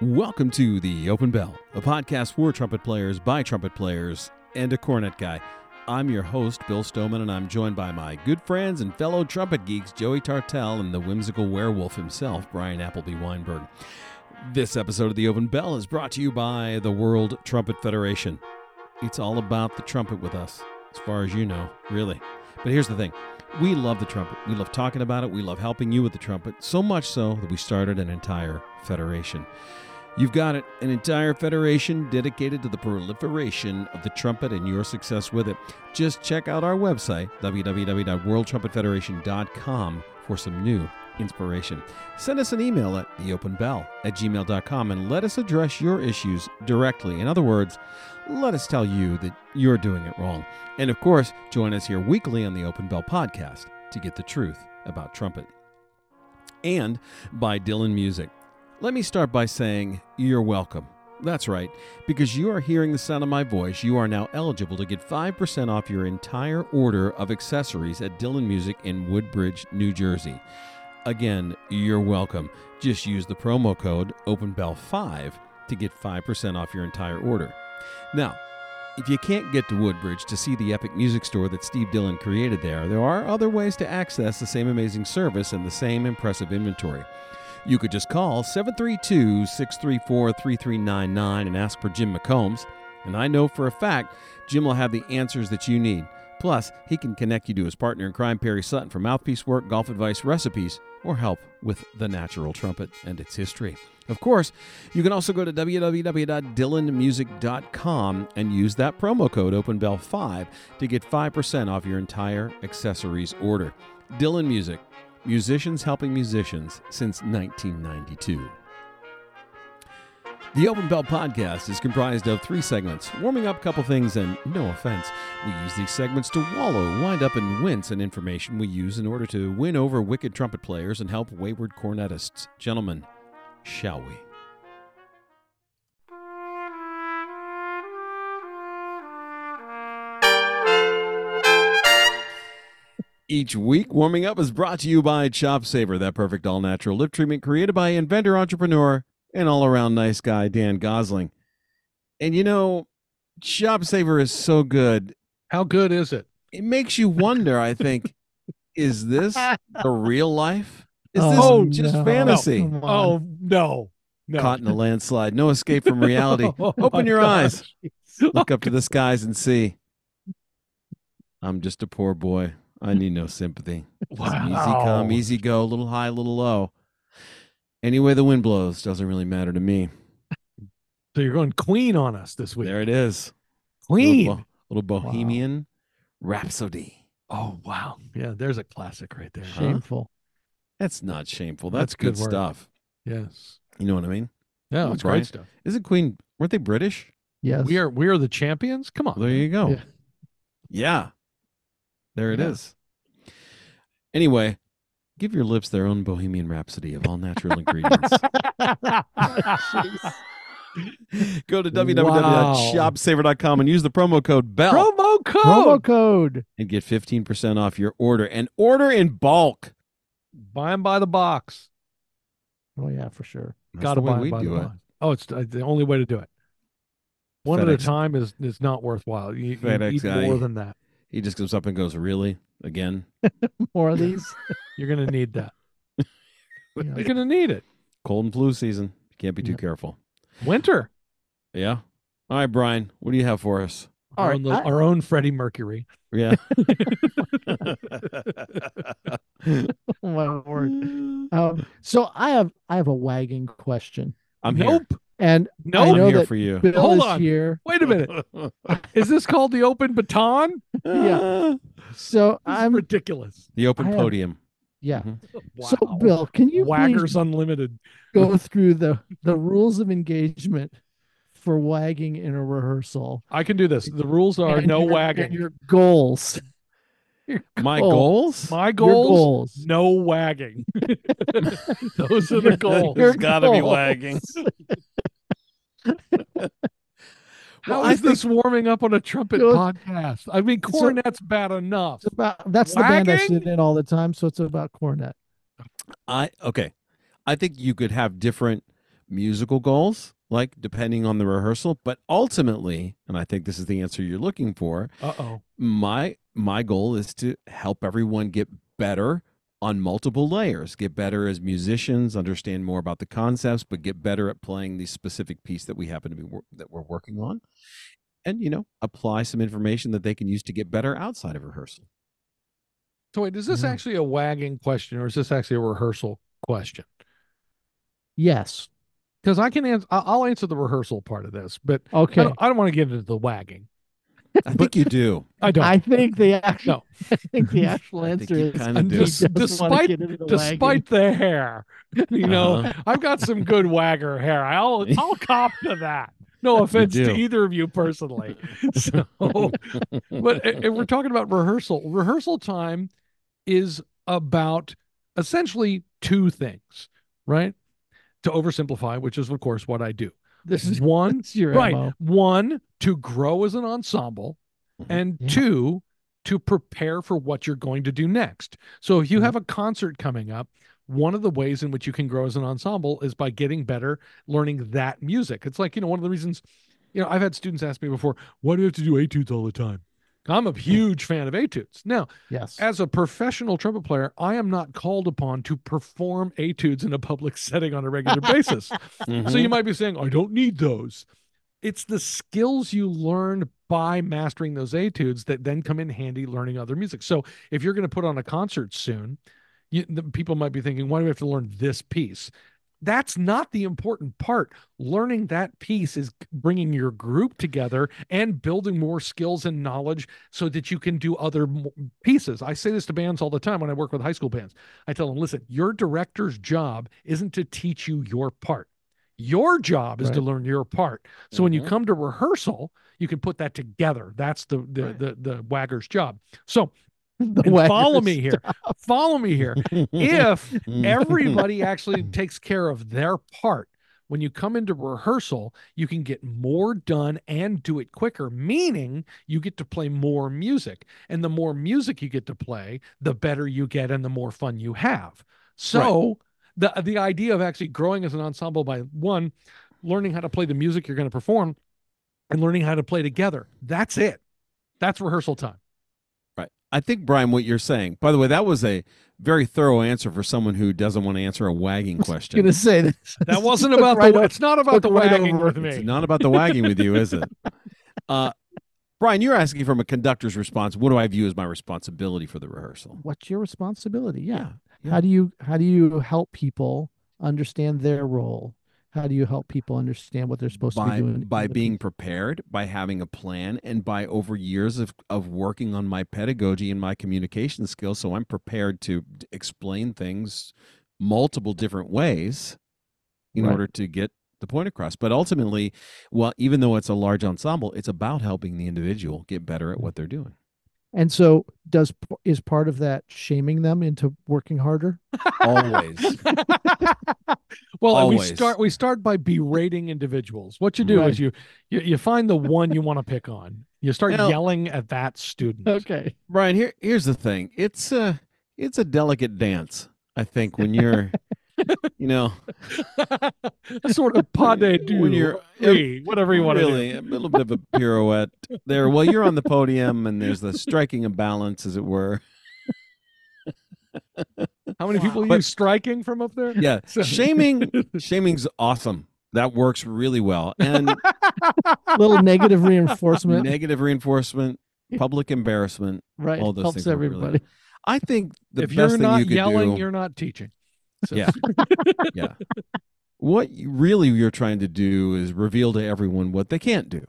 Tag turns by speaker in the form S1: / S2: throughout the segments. S1: Welcome to The Open Bell, a podcast for trumpet players by trumpet players and a cornet guy. I'm your host, Bill Stoneman, and I'm joined by my good friends and fellow trumpet geeks, Joey Tartell and the whimsical werewolf himself, Brian Appleby Weinberg. This episode of The Open Bell is brought to you by the World Trumpet Federation. It's all about the trumpet with us, as far as you know, really. But here's the thing we love the trumpet. We love talking about it. We love helping you with the trumpet, so much so that we started an entire federation. You've got it, an entire federation dedicated to the proliferation of the trumpet and your success with it. Just check out our website, www.worldtrumpetfederation.com, for some new inspiration. Send us an email at theopenbell at gmail.com and let us address your issues directly. In other words, let us tell you that you're doing it wrong. And of course, join us here weekly on the Open Bell podcast to get the truth about trumpet. And by Dylan Music. Let me start by saying you're welcome. That's right, because you are hearing the sound of my voice, you are now eligible to get 5% off your entire order of accessories at Dylan Music in Woodbridge, New Jersey. Again, you're welcome. Just use the promo code OpenBell5 to get 5% off your entire order. Now, if you can't get to Woodbridge to see the epic music store that Steve Dillon created there, there are other ways to access the same amazing service and the same impressive inventory. You could just call 732 634 3399 and ask for Jim McCombs. And I know for a fact Jim will have the answers that you need. Plus, he can connect you to his partner in crime, Perry Sutton, for mouthpiece work, golf advice, recipes, or help with the natural trumpet and its history. Of course, you can also go to www.dylanmusic.com and use that promo code OpenBell5 to get 5% off your entire accessories order. Dylan Music, musicians helping musicians since 1992. The Open Bell podcast is comprised of three segments warming up, couple things, and no offense. We use these segments to wallow, wind up, and wince in information we use in order to win over wicked trumpet players and help wayward cornetists. Gentlemen, shall we? Each week, Warming Up is brought to you by Chop Saver, that perfect all natural lip treatment created by inventor, entrepreneur, and all around nice guy, Dan Gosling. And you know, Chop Saver is so good.
S2: How good is it?
S1: It makes you wonder, I think, is this the real life? Is this
S2: Oh,
S1: just
S3: no.
S1: fantasy?
S3: Come on.
S2: Oh no, no. Oh,
S1: Caught in a landslide, no escape from reality. Open your eyes. Look up to the skies and see. I'm just a poor boy. I need no sympathy. It's an Easy come,
S2: Wow.
S1: easy go, little high, little low. Any way the wind blows doesn't really matter to me.
S2: So you're going Queen on us this week.
S1: There it is. Little,
S2: Queen.
S1: bo- little
S3: Wow.
S1: Bohemian Rhapsody.
S2: Oh wow. Yeah, there's a classic right there.
S1: Huh?
S3: Shameful.
S1: That's not shameful. That's,
S2: That's
S1: good,
S2: good work.
S1: stuff.
S2: Yes.
S1: You know what I mean?
S2: Yeah,
S1: Well,
S2: it's
S1: Brian,
S2: great stuff.
S1: Isn't Queen, weren't they British?
S3: Yes.
S2: We are we are the champions. Come on.
S1: There you go. Yeah.
S3: Yeah.
S1: There it is.
S2: Yeah.
S1: Anyway, give your lips their own Bohemian Rhapsody of all natural ingredients. Go to www.shopsaver.com and use the promo code BELL.
S2: Promo code.
S3: Promo code.
S1: and get 15% off your order and order in bulk.
S2: Buy 'em by the box.
S3: Oh yeah, for sure.
S1: That's
S2: Got to
S1: the way
S2: buy 'em
S1: we
S2: by
S1: do
S2: the
S1: it.
S2: box. Oh, it's uh, the only way to do it. One at a
S1: FedEx.
S2: time is is not worthwhile. You, you
S1: FedEx
S2: need
S1: guy.
S2: more than that.
S1: He just comes up and goes, Really? Again?
S3: More of these.
S2: You're gonna need that.
S3: Yeah.
S2: You're gonna need it.
S1: Cold and flu season. Can't be too
S3: Yeah.
S1: careful.
S2: Winter.
S1: Yeah. All right, Brian, what do you have for us?
S3: All
S2: our,
S3: right,
S2: own, little-
S3: I-
S2: our own Freddie Mercury.
S1: Yeah.
S3: Oh, my word. Um, so I have I have a wagging question,
S1: I'm
S2: nope.
S1: here.
S3: and I
S1: I'm
S2: Nope.
S3: know
S1: here
S3: that-
S1: for you.
S3: Bill
S2: Hold
S3: is
S2: on.
S3: here.
S2: Wait a minute. Is this called the open baton? This
S3: Yeah. So
S2: is
S3: I'm
S2: ridiculous.
S1: The open
S3: I have-
S1: podium.
S3: yeah.
S1: Mhm.
S3: So Bill, can you please
S2: Waggers Unlimited.
S3: go through the the rules of engagement for wagging in a rehearsal?
S2: I can do this. The rules are
S3: and
S2: no
S3: your-
S2: wagging.
S3: and your goals.
S1: My
S3: goal.
S1: goals?
S2: My
S3: Your
S2: goals,
S3: goals.
S2: no wagging. Those are the goals.
S3: Your
S1: There's gotta be
S3: goals.
S1: wagging.
S2: How is
S1: Well, I
S2: this warming up on a trumpet
S3: Those-
S2: podcast? I mean,
S3: So-
S2: cornet's bad enough.
S3: It's about that's the band I
S2: Wagging?
S3: sit in all the time, so it's about cornet.
S1: I okay. I think you could have different musical goals, like depending on the rehearsal. But ultimately, and I think this is the answer you're looking for,
S2: Uh oh.
S1: my my goal is to help everyone get better on multiple layers get better as musicians understand more about the concepts but get better at playing the specific piece that we happen to be wor- that we're working on and you know apply some information that they can use to get better outside of rehearsal
S2: So wait, is this
S3: Yeah.
S2: actually a wagging question or is this actually a rehearsal question?
S3: Yes.
S2: Because I can answer. I'll answer the rehearsal part of this, but I
S3: Okay.
S2: don't, want to get into the wagging.
S1: i think you do
S2: I don't.
S3: I think the actual.
S2: No.
S3: I think the actual
S1: I think
S3: answer
S1: you
S3: is
S1: kinda
S3: he
S1: do.
S3: doesn't wanna
S2: Despite-
S3: get into the wagon.
S2: Despite the hair, you know,
S1: Uh-huh.
S2: I've got some good wagger hair. I'll I'll cop to that. No offense to
S1: do.
S2: either of you personally. So, but i- if we're talking about rehearsal, rehearsal time is about essentially two things, right? To oversimplify, which is of course what I do.
S3: this is
S2: one,
S3: it's your
S2: right?
S3: MO.
S2: One to grow as an ensemble,
S1: Mhm.
S2: and
S3: Yeah.
S2: two to prepare for what you're going to do next. So if you have a concert coming up, one of the ways in which you can grow as an ensemble is by getting better, learning that music. It's like you know one of the reasons, you know, I've had students ask me before, why do you have to do etudes all the time? I'm a huge fan of etudes. Now,
S3: Yes.
S2: as a professional trumpet player, I am not called upon to perform etudes in a public setting on a regular basis.
S1: Mm-hmm.
S2: So you might be saying, I don't need those. It's the skills you learn by mastering those etudes that then come in handy learning other music. So if you're going to put on a concert soon, you, the people might be thinking, why do we have to learn this piece? That's not the important part. Learning that piece is bringing your group together and building more skills and knowledge so that you can do other mo- pieces. I say this to bands all the time when I work with high school bands. I tell them, listen, your director's job isn't to teach you your part. Your job is to
S3: Right. Mm-hmm.
S2: learn your part. So when you
S1: Mhm.
S2: come to rehearsal, you can put that together. That's the the
S3: Right.
S2: the, the wagger's job. So
S3: The
S2: and
S3: wagon
S2: follow
S3: is-
S2: me here. Follow me here. If
S1: Mm-hmm.
S2: everybody actually takes care of their part when you come into rehearsal you can get more done and do it quicker meaning you get to play more music and the more music you get to play the better you get and the more fun you have so the the idea of actually growing as an ensemble by one learning how to play the music you're going to perform and learning how to play together that's it that's rehearsal time
S1: I think Brian, what you're saying. By the way, that was a very thorough answer for someone who doesn't want to answer a wagging
S3: I'm
S1: question.
S3: gonna say this.
S2: that
S3: This
S2: wasn't
S3: took
S2: about
S3: right
S2: the
S3: off-
S2: it's not about
S3: took
S2: the
S3: right
S2: wagging
S3: over.
S2: with me
S1: It's not about the wagging with you, is it? Uh, Brian, you're asking from a conductor's response. What do I view as my responsibility for the rehearsal?
S3: What's your responsibility? Yeah.
S1: yeah.
S3: How do you how do you help people understand their role? How do you help people understand what they're supposed to
S1: by
S3: be doing? in
S1: by
S3: the
S1: being
S3: piece?
S1: prepared, by having a plan, and by over years of of working on my pedagogy and my communication skills, so I'm prepared to d- explain things multiple different ways in
S3: Right.
S1: order to get the point across. But ultimately, well, even though it's a large ensemble, it's about helping the individual get better at what they're doing.
S3: And so does p- is part of that shaming them into working harder?
S1: Always.
S2: well, and we
S1: Always.
S2: start we start by berating individuals. What you do
S3: Right.
S2: is you, you you find the one you want to pick on. You start
S1: Now-
S2: yelling at that student.
S3: Okay.
S1: Brian, here here's the thing. It's a it's a delicate dance. I think when you're, you know,
S2: sort of pas de deux,
S1: When you're-
S2: oui, whatever you want
S1: really a little bit of a pirouette there. Well, you're on the podium, and there's the striking a balance, as it were.
S2: to do. How many people are
S1: But-
S2: you striking from up there?
S1: Yeah,
S2: So-
S1: shaming. Shaming's awesome. That works really well. And
S3: little negative reinforcement.
S1: negative reinforcement, public embarrassment.
S3: right.
S1: all those
S3: Helps
S1: things are really-
S3: everybody.
S1: I think the
S2: if
S1: best
S2: you're
S1: thing
S2: not
S1: you could
S2: yelling,
S1: do.
S2: you're not teaching. So-
S1: Yeah. What you, really you're trying to do is reveal to everyone what they can't do.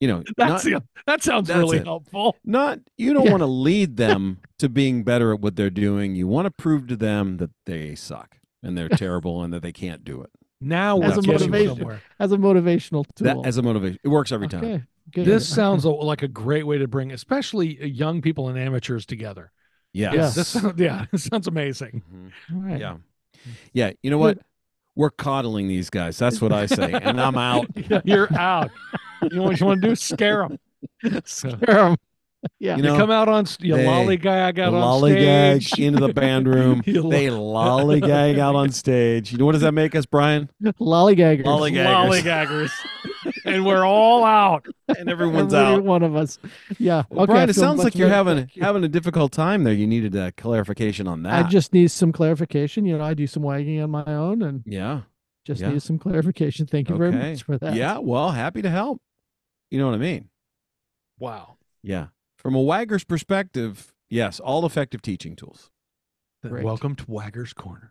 S1: You know, not,
S2: that's the- that sounds
S1: that's
S2: really
S1: it.
S2: helpful.
S1: not you don't
S3: Yeah.
S1: want to lead them to being better at what they're doing. You want to prove to them that they suck and they're terrible and that they can't do it.
S2: Now
S1: As
S2: we're
S1: a
S2: getting
S1: motivation.
S2: somewhere.
S3: As a motivational
S1: That
S3: tool.
S1: as a motivation, it works every time.
S3: okay. Good.
S2: This sounds a- like a great way to bring, especially uh, young people and amateurs together.
S1: Yes.
S3: Yes.
S2: This sounds, yeah, this sounds amazing.
S1: Mhm.
S3: All right.
S1: Yeah.
S3: Mm-hmm.
S1: Yeah. You know what? We're coddling these guys. That's what I say, and I'm out.
S2: You're out. You know what you want to do? Scare them.
S3: Sure.
S1: You
S3: Yeah.
S2: You
S1: know,
S2: come out on st- you
S1: they
S2: lollygag out on
S1: lollygag
S2: stage.
S1: into the band room.
S2: You lo-
S1: they lollygag out on stage. You know what does that make us, Brian?
S3: Lollygaggers.
S1: Lollygaggers.
S2: Lollygaggers. and we're all out.
S1: And everyone's
S3: Every
S1: out.
S3: One of us. Yeah.
S1: Well,
S3: okay. I
S1: Brian, it
S3: feel
S1: sounds
S3: much
S1: like you're
S3: better.
S1: having
S3: Thank you.
S1: having a difficult time there. You needed a clarification on
S3: I
S1: that.
S3: just need some clarification. You know, I do some wagging on my own and
S1: yeah,
S3: just
S1: Yeah.
S3: need some clarification. Thank you very
S1: Okay.
S3: much for that.
S1: yeah. Well, happy to help. You know what I mean?
S2: Wow.
S1: Yeah. From a wagger's perspective, yes, all effective teaching tools.
S2: Then
S3: Great.
S2: Welcome to Wagger's Corner.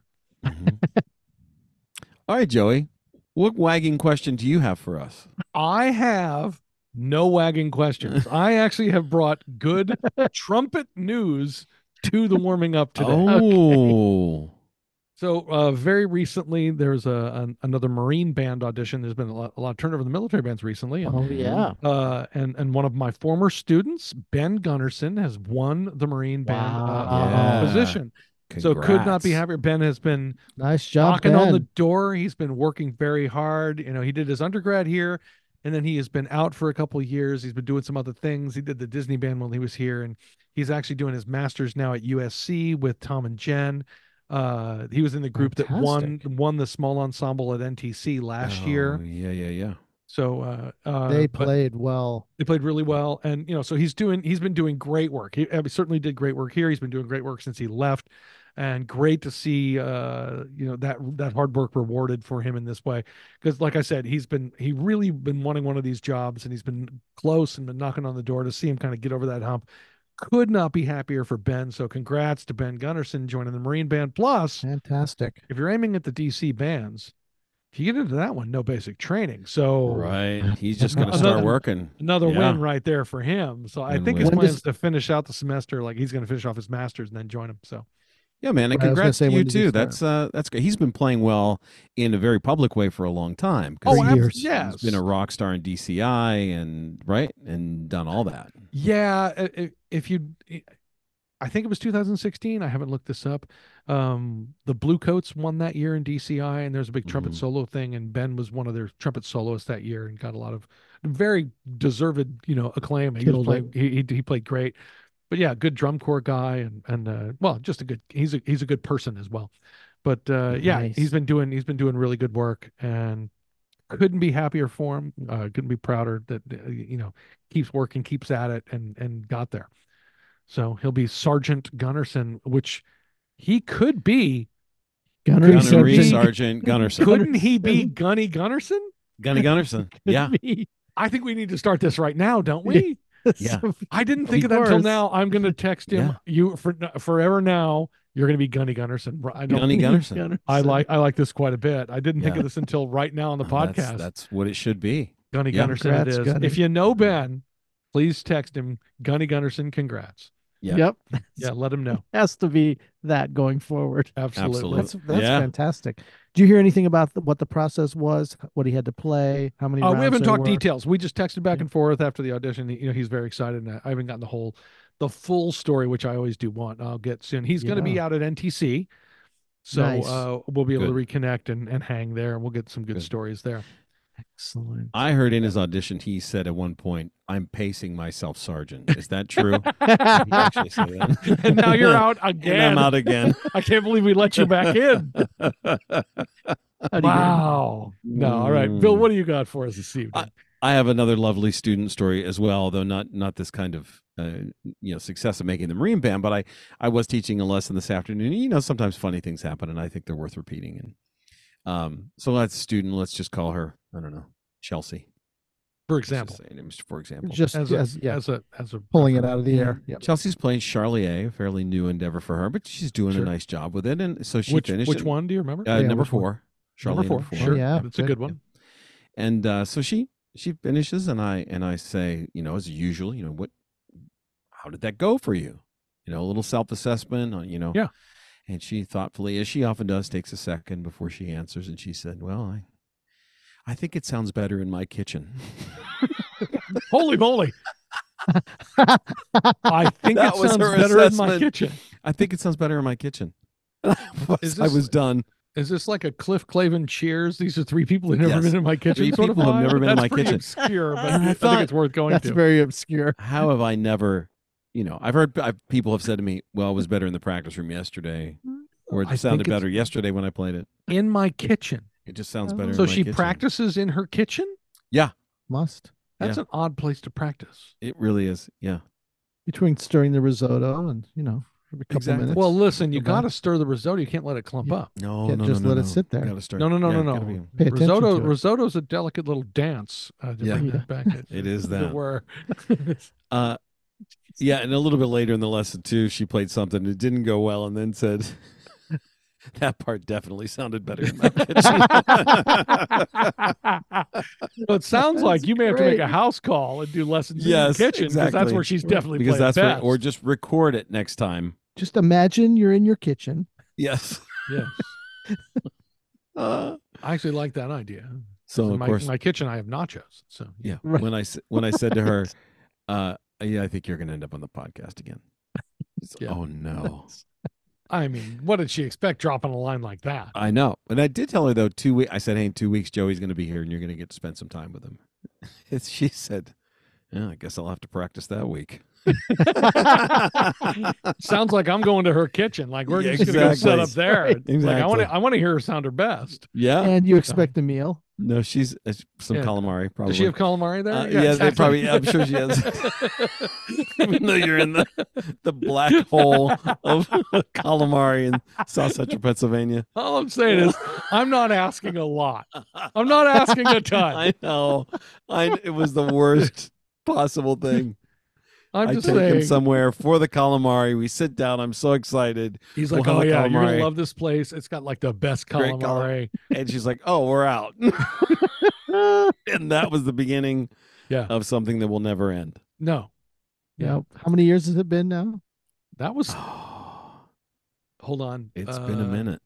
S1: All right, Joey. What wagging question do you have for us?
S2: I have no wagging questions. I actually have brought good trumpet news to the warming up today.
S1: Oh,
S2: So uh, very recently, there's a an, another Marine band audition. There's been a lot, a lot of turnover in the military bands recently. and,
S3: Oh yeah.
S2: Uh, and and one of my former students, Ben Gunnerson, has won the Marine band uh,
S3: Wow.
S2: uh,
S1: Yeah.
S2: position. So could not be
S1: Congrats.
S2: happier. Ben has been
S3: Nice job.
S2: knocking on the
S3: Ben.
S2: door. He's been working very hard. You know, he did his undergrad here, and then he has been out for a couple of years. He's been doing some other things. He did the Disney band when he was here, and he's actually doing his master's now at USC with Tom and Jen. Uh, he was in the group that
S1: Fantastic.
S2: won won the small ensemble at NTC last
S1: Oh,
S2: year.
S1: Yeah, yeah, yeah.
S2: So uh, uh,
S3: they
S2: but-
S3: played well.
S2: they played really well and you know so he's doing he's been doing great work he, uh, he certainly did great work here he's been doing great work since he left and great to see uh you know that that hard work rewarded for him in this way because like i said he's been he really been wanting one of these jobs and he's been close and been knocking on the door to see him kind of get over that hump could not be happier for ben so congrats to ben gunnerson joining the marine band plus
S3: Fantastic.
S2: if you're aiming at the dc bands if you get into that one no basic training so
S1: Right. He's just going to
S2: Oh. Another-
S1: start working.
S2: another
S1: Yeah.
S2: win right there for him. So I
S1: Win,
S2: think
S1: win.
S2: his
S3: When
S2: plan
S3: does-
S2: is to finish out the semester. Like he's going to finish off his masters and then join him. So
S1: Yeah, man, and
S3: Right, I was gonna
S1: congrats
S3: say,
S1: to
S3: when
S1: you
S3: did he
S1: too.
S3: start?
S1: That's uh, that's great. He's been playing well in a very public way for a long time. 'cause
S3: Oh,
S1: he's
S2: abs-
S3: ab- years.
S2: yes,
S1: been a rock star in DCI and right and done all that.
S2: yeah. i- i- If you, I think it was 2016. I haven't looked this up. Um, the Blue Coats won that year in DCI, and there's a big trumpet
S1: Mhm.
S2: solo thing, and Ben was one of their trumpet soloists that year, and got a lot of very deserved, you know, acclaim. He
S3: Kid
S2: played, he, he he played great. But yeah, good drum corps guy, and and uh, well, just a good. He's a he's a good person as well. But uh,
S1: Mm,
S2: yeah,
S3: Nice.
S2: he's been doing he's been doing really good work, and couldn't be happier for him. Uh, couldn't be prouder that uh, you know keeps working, keeps at it, and and got there. So he'll be Sergeant Gunnerson, which he could be.
S3: Gunnery,
S2: Gunnery
S1: Gunnery
S2: Sergeant-
S1: Sergeant Gunnerson.
S2: Couldn't he be Gunny Gunnerson?
S1: Gunny Gunnerson. Yeah.
S2: I think we need to start this right now, don't we?
S1: Yeah.
S2: I didn't
S3: Of
S2: think of, that until
S3: course.
S2: now. I'm going to text him.
S1: Yeah.
S2: You for forever now. You're going to be Gunny Gunnerson. I don't.
S1: Gunny Gunnerson.
S2: I like I like this quite a bit. I didn't think
S1: Yeah.
S2: of this until right now on the
S1: Oh, that's-
S2: podcast.
S1: That's, what it should be.
S2: Gunny
S1: Yeah.
S2: Gunnerson
S3: Congrats,
S2: it is.
S3: Gunny.
S2: If you know Ben, please text him Gunny Gunnerson congrats.
S1: Yeah.
S3: Yep.
S2: Yeah, let him know.
S3: Has to be that going forward.
S2: Absolutely.
S1: Absolutely.
S3: That's that's
S1: Yeah.
S3: fantastic. Do you hear anything about the, what the process was? What he had to play? How many?
S2: Uh,
S3: rounds
S2: we haven't
S3: there
S2: talked
S3: were?
S2: details. We just texted back
S3: Yeah.
S2: and forth after the audition. You know, he's very excited, and I I haven't gotten the whole, the full story, which I always do want. I'll get soon. He's going to be
S3: Yeah.
S2: out at NTC, so
S3: Nice.
S2: uh, we'll be able to reconnect and, and hang there, and we'll get some good,
S1: Good.
S2: stories there.
S3: Excellent.
S1: I heard in his audition he said at one point, "I'm pacing myself, Sergeant." Is that true? Did he actually say that?
S2: And now you're out
S1: And
S2: again.
S1: I'm out again.
S2: I can't believe we let you back in.
S3: How do you-
S2: wow. No, all right, Bill.
S1: Mm.
S2: What do you got for us this evening?
S1: I have another lovely student story as well, though not not this kind of uh, you know success of making the Marine Band. But I I was teaching a lesson this afternoon. and, You know, sometimes funny things happen, and I think they're worth repeating. And um, so that's student. Let's just call her. I don't know, Chelsea.
S2: for
S1: let's just
S2: example,
S1: say her name is- for example,
S3: Just
S2: as
S3: as,
S2: a,
S3: yeah,
S2: as a as a
S3: pulling it
S2: reference.
S3: out of the air. Yep.
S1: uh, Chelsea's playing Charlier, a fairly new endeavor for her, but she's doing
S2: Sure.
S1: a nice job with it. And so she
S2: Which
S1: finished
S2: which
S1: it.
S2: one do you remember?
S1: Uh,
S3: Yeah,
S1: number
S3: which one?
S1: four. Charlier
S2: Number four. Sure.
S3: Oh, yeah.
S2: It's a
S3: Good.
S2: good one.
S1: and uh, so she she finishes and i and i say you know as usual you know what how did that go for you you know a little self-assessment on you know
S2: Yeah.
S1: and she thoughtfully as she often does takes a second before she answers and she said well i i think it sounds better in my kitchen
S2: Holy moly. I think
S1: That
S2: it
S1: was
S2: sounds
S1: her
S2: better in my
S1: assessment.
S2: kitchen.
S1: i think it sounds better in my kitchen
S2: Is
S1: i
S2: this-
S1: was done
S2: Is this like a Cliff Clavin Cheers? These are three people who've never
S1: Yes.
S2: been in my kitchen.
S1: Three
S2: sort of
S1: people who've
S2: vibe?
S1: never been in my
S2: That's pretty
S1: kitchen.
S2: Obscure, but
S1: And I
S2: I, think
S1: thought-
S2: it's worth going
S3: That's
S2: to.
S3: very obscure.
S1: how have i never you know, I've heard I've, people have said to me, "Well, it was better in the practice room yesterday," or
S2: I
S1: "It sounded
S2: think it's-
S1: better yesterday when I played it."
S2: in my kitchen.
S1: It just sounds
S3: Oh.
S1: better. in
S2: So
S1: my
S2: she
S1: kitchen.
S2: practices in her kitchen?
S3: Must
S2: That's an odd place to practice.
S1: It really is. Yeah.
S3: between stirring the risotto and you know every couple
S1: Exactly.
S3: minutes.
S2: Well, listen, you
S3: Okay.
S2: got to stir the risotto. You can't let it clump
S3: Yeah.
S2: up.
S1: No,
S3: Can't
S1: Oh, no,
S3: just
S1: no,
S3: let
S1: no,
S3: it
S1: no.
S3: sit there.
S1: Gotta start-
S2: No, no, no,
S1: yeah,
S2: no,
S1: gotta
S2: no.
S1: be-
S3: pay attention
S2: Risotto,
S3: to it.
S2: risotto's a delicate little dance. Uh, to
S1: Yeah.
S2: bring
S3: Yeah.
S2: it back. It,
S1: It is
S2: as it
S1: that.
S2: were.
S1: Uh, yeah, and a little bit later in the lesson too, she played something that didn't go well, and then said, "That part definitely sounded better." In my kitchen.
S2: Well, it sounds like
S3: That's
S2: you may have to make a
S3: great.
S2: house call and do lessons
S1: Yes,
S2: in the kitchen because that's
S1: exactly.
S2: where she's definitely
S1: because
S2: played
S1: that's where,
S2: best.
S1: or just record it next time.
S3: just imagine you're in your kitchen.
S1: Yes.
S2: yes.
S1: Uh,
S2: I actually like that idea.
S1: so
S2: in
S1: of
S2: my,
S1: course,
S2: in my kitchen, I have nachos. So
S1: yeah.
S3: Right.
S1: When I s- when I said to her, uh, "Yeah, I think you're going to end up on the podcast again." It's,
S2: Yeah.
S1: Oh no.
S2: I mean, what did she expect dropping a line like that?
S1: I know. And I did tell her though, two weeks I said, Hey, in two weeks Joey's gonna be here and you're gonna get to spend some time with him. And she said, Yeah, I guess I'll have to practice that week.
S2: Sounds like I'm going to her kitchen. Like we're
S1: Yeah,
S2: just going to go set
S1: exactly.
S2: up there. Like I want
S1: Exactly.
S2: to, I want to hear her sound her best.
S1: yeah.
S3: and you expect a meal.
S1: No, she's uh, some
S2: Yeah.
S1: calamari probably.
S2: Does she have calamari there?
S1: Uh, yeah, they probably- I'm sure she
S2: has.
S1: Even though you're in the, the black hole of calamari in South Central Pennsylvania.
S2: All I'm saying is, I'm not asking a lot. I'm not asking a ton.
S1: I know. I it was the worst possible thing.
S2: I'm
S1: I
S2: just
S1: take him
S2: saying.
S1: somewhere for the calamari. We sit down. I'm so excited.
S2: He's like,
S1: We'll
S2: oh
S1: have a
S2: yeah, you're gonna
S1: calamari."
S2: love this place. It's got like the best
S1: Great
S2: calamari.
S1: and she's like, "Oh, we're out." and that was the beginning
S2: Yeah.
S1: of something that will never end.
S2: No,
S3: You
S2: Yeah.
S3: know, how many years has it been now?
S2: that was. Uh,
S1: It's
S2: Hold on.
S1: been a
S2: Uh,
S1: minute.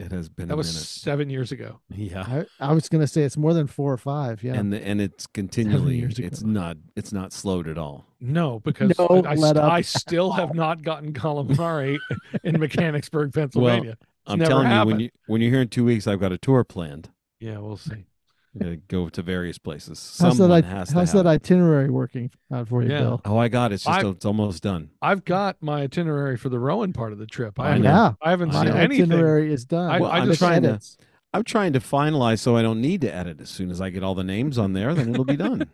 S1: It has been
S2: That
S1: a
S2: was seven years ago.
S1: minute. Yeah.
S3: I, I was gonna say it's more than four or five. Yeah.
S1: Ah. And the, and it's continually
S3: years ago.
S1: it's not it's not slowed at all.
S2: No, because
S3: No,
S2: I, I,
S3: let
S2: st-
S3: up.
S2: I still have not gotten calamari in Mechanicsburg, Pennsylvania.
S1: I'm
S2: never
S1: telling you when
S2: happened.
S1: you when you're here in 2 weeks I've got a tour planned.
S2: yeah, we'll see.
S1: I'm going to go to various places.
S3: how's
S1: Someone
S3: that?
S1: has
S3: Has
S1: to
S3: how's
S1: have
S3: that itinerary working out for you,
S2: Yeah.
S3: Bill?
S1: it. Oh, I got it. It's just
S2: I-
S1: it's almost done.
S2: I've got my itinerary for the Rowan part of the trip. I
S1: I
S2: haven't,
S1: know.
S3: yeah,
S2: I haven't
S1: I
S2: seen
S1: know.
S3: my
S2: anything.
S3: itinerary is done.
S2: I- Well, I I'm just
S1: trying to-
S3: edits.
S1: I'm trying to finalize so I don't need to edit as soon as I get all the names on there, then it'll be done.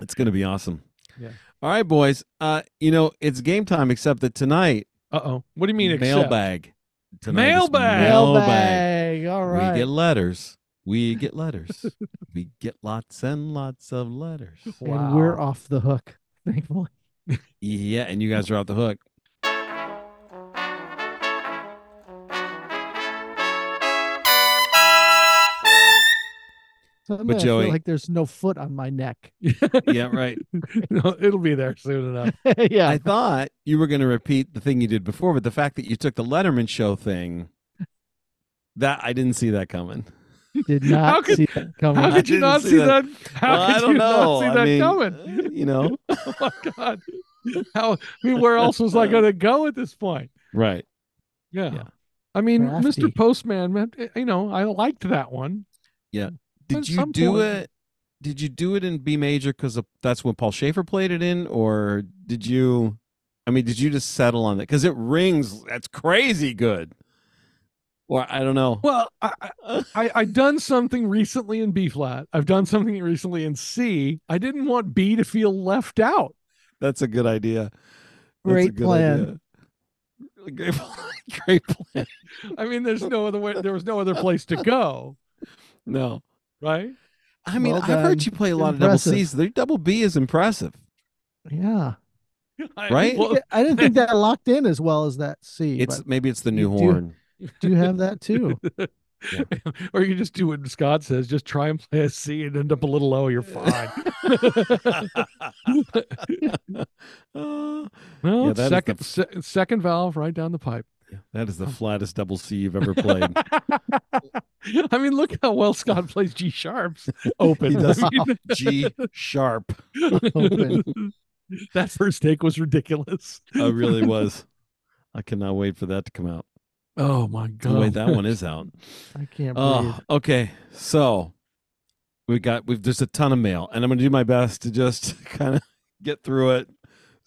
S1: it's going to be awesome.
S2: Yeah.
S1: All right, boys. Uh, you know, it's game time, except that tonight,
S2: Uh oh. What do you mean? Except?
S1: mailbag. Tonight is
S2: Mailbag!
S1: Mailbag.
S3: Mailbag. All
S1: We
S3: right.
S1: get letters. We get letters. we get lots and lots of letters.
S3: And we're off the hook, thankfully.
S1: Yeah, and you guys are out the hook.
S3: Suddenly I feel
S1: Joey-
S3: like there's no foot on my neck.
S1: Yeah, right.
S2: no, it'll be there soon enough.
S3: yeah.
S1: I thought you were going to repeat the thing you did before, but the fact that you took the Letterman show thing, that I didn't see that coming.
S3: Did
S2: How
S3: not
S2: could-
S3: see that coming.
S1: I
S2: How could you
S1: didn't
S2: not
S1: see
S2: see
S1: that.
S2: that? How
S1: Well,
S2: could
S1: I don't
S2: you
S1: know.
S2: not see
S1: I
S2: that
S1: mean,
S2: coming?
S1: uh, You know,
S2: Oh my god! How? I mean, where else was I going to go at this point?
S1: right?
S2: Yeah.
S1: Yeah.
S2: I mean,
S3: Crafty.
S2: Mr. Postman, man, eh, you know, I liked that one. At
S1: Did you
S2: some
S1: do
S2: point-
S1: it? Did you do it in B major because that's when Paul Schaefer played it in, or did you? I mean, did you just settle on that? Because it rings. That's crazy good. Or I don't know.
S2: Well, I, I-
S1: Uh,
S2: I I done something recently in B flat. I've done something recently in C. I didn't want B to feel left out.
S1: That's a good idea. That's a
S3: Great
S1: good
S3: plan.
S1: idea. Really Great, plan. great plan.
S2: I mean, there's no other way. There was no other place to go,
S1: No,
S2: right?
S1: I mean,
S3: Well
S1: I've heard
S3: done.
S1: you play a lot
S3: Impressive.
S1: of double C's. Their double B is impressive.
S3: Yeah.
S2: I-
S1: Right?
S2: well,
S3: Yeah, I didn't think that locked in as well as that C.
S1: It's
S3: but
S1: maybe it's the
S3: you
S1: new
S3: do-
S1: horn.
S3: do you have that too?
S2: or you just do what Scott says: just try and play a C and end up a little low. You're fine.
S1: Uh,
S2: Well,
S1: Yeah, that is
S2: second
S1: the-
S2: se- second valve right down the pipe.
S1: that is the flattest double C you've ever played.
S2: I mean, look how well Scott plays G sharps open.
S1: He does.
S2: I mean,
S1: G sharp.
S3: Open.
S2: that first take was ridiculous.
S1: I really was. I cannot wait for that to come out.
S2: Oh my
S1: Oh,
S2: god!
S1: wait, that one is out.
S3: I can't
S1: Oh, okay. So we got we've just a ton of mail, and I'm gonna do my best to just kind of get through it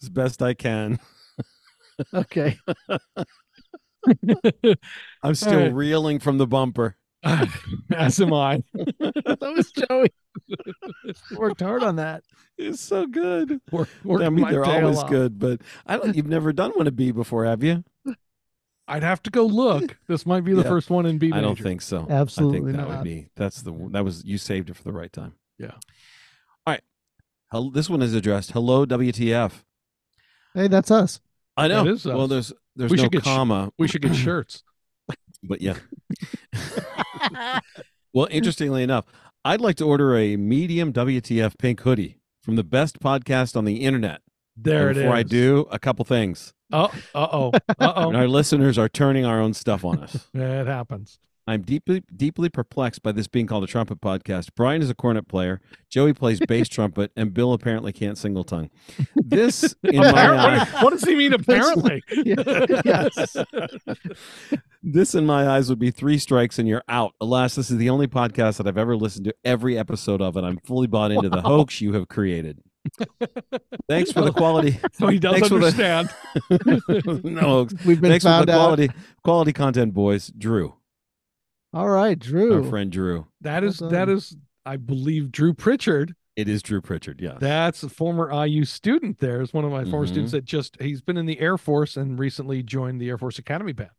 S1: as best I can.
S3: Okay.
S1: I'm still
S2: right.
S1: reeling from the bumper.
S2: As am I.
S3: that was Joey. Worked hard on that.
S1: It's so good.
S2: Work, work
S1: I mean,
S2: my
S1: they're
S2: tail
S1: always
S2: off.
S1: good, but I don't. You've never done one of B before, have you?
S2: I'd have to go look. This might be the
S1: Yeah.
S2: first one in B.
S1: I don't
S2: major.
S1: think so. I think
S3: Absolutely
S1: that
S3: not.
S1: would be that's the that was you saved it for the right time.
S2: Yeah.
S1: All right. Hel- This one is addressed. Hello, WTF.
S3: Hey, that's us.
S1: I
S2: That
S1: know.
S2: is
S1: well,
S2: us.
S1: there's there's
S2: We
S1: no
S2: should get sh-
S1: comma,
S2: we should get shirts.
S1: but yeah. Well, interestingly enough, I'd like to order a medium WTF pink hoodie from the best podcast on the internet.
S2: There
S1: and
S2: it is.
S1: before I do, a couple things.
S2: Oh, uh oh, uh
S1: And
S2: oh.
S1: our listeners are turning our own stuff on us.
S2: It happens.
S1: I'm deeply deeply perplexed by this being called a trumpet podcast. Brian is a cornet player, Joey plays bass trumpet, and Bill apparently can't single tongue. This in my uh, eye,
S2: Apparently, what does he mean? Apparently,
S3: yes.
S1: this in my eyes would be three strikes and you're out. Alas, this is the only podcast that I've ever listened to every episode of, and I'm fully bought into the hoax you have created. Thanks for the quality.
S2: so he does
S1: Thanks for the-
S2: understand.
S1: no hoax.
S3: We've been
S1: Thanks for the
S3: found out.
S1: quality quality content, boys. Drew,
S3: All right, Drew.
S1: our friend Drew.
S2: That
S3: Well
S2: is that
S3: done.
S2: is, I believe, Drew Pritchard.
S1: It is Drew Pritchard. Yeah.
S2: That's a former IU student. There is one of my former
S1: Mm-hmm.
S2: students that just he's been in the Air Force and recently joined the Air Force Academy Band.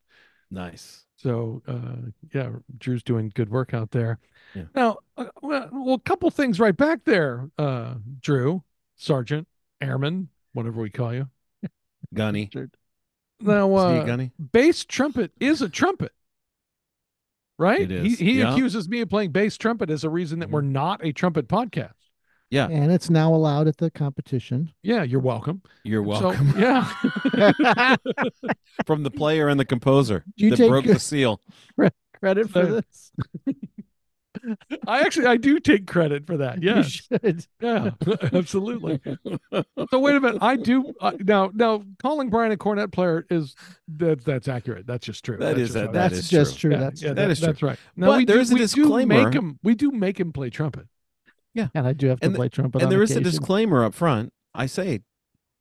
S1: nice.
S2: So uh, yeah, Drew's doing good work out there.
S1: Yeah.
S2: Now, uh, well, well, a couple things right back there, uh, Drew, Sergeant, Airman, whatever we call you.
S1: Gunny.
S2: Now,
S1: is he a
S2: uh,
S1: gunny?
S2: bass trumpet is a trumpet, right?
S1: It is,
S2: He, he
S1: yeah. Mm-hmm.
S2: accuses me of playing bass trumpet as a reason that we're not a trumpet podcast.
S3: And it's now allowed at the competition.
S2: Yeah, you're welcome.
S1: You're
S2: So,
S1: welcome.
S2: yeah.
S1: From the player and the composer
S3: You
S1: that
S3: take
S1: broke
S3: your-
S1: the seal.
S3: Credit for
S2: So-
S3: this.
S2: I actually I do take credit for that.
S3: You
S2: Yes.
S3: should.
S2: Yeah, absolutely. so wait a minute. I do uh, now. Now calling Brian a cornet player is that that's accurate. That's just true.
S1: That is
S2: just
S1: that-
S2: right.
S1: that
S3: That's
S1: is
S3: just
S1: true.
S3: true.
S2: yeah,
S3: That's
S2: yeah,
S3: true.
S1: that is true.
S2: that's right. Now
S1: But
S2: we
S1: there is a
S2: do, we Do
S1: disclaimer.
S2: make him, we do make him play trumpet.
S3: and I do have to
S1: And the-
S3: play trumpet.
S1: and
S3: on
S1: there is a
S3: occasion.
S1: disclaimer up front. I say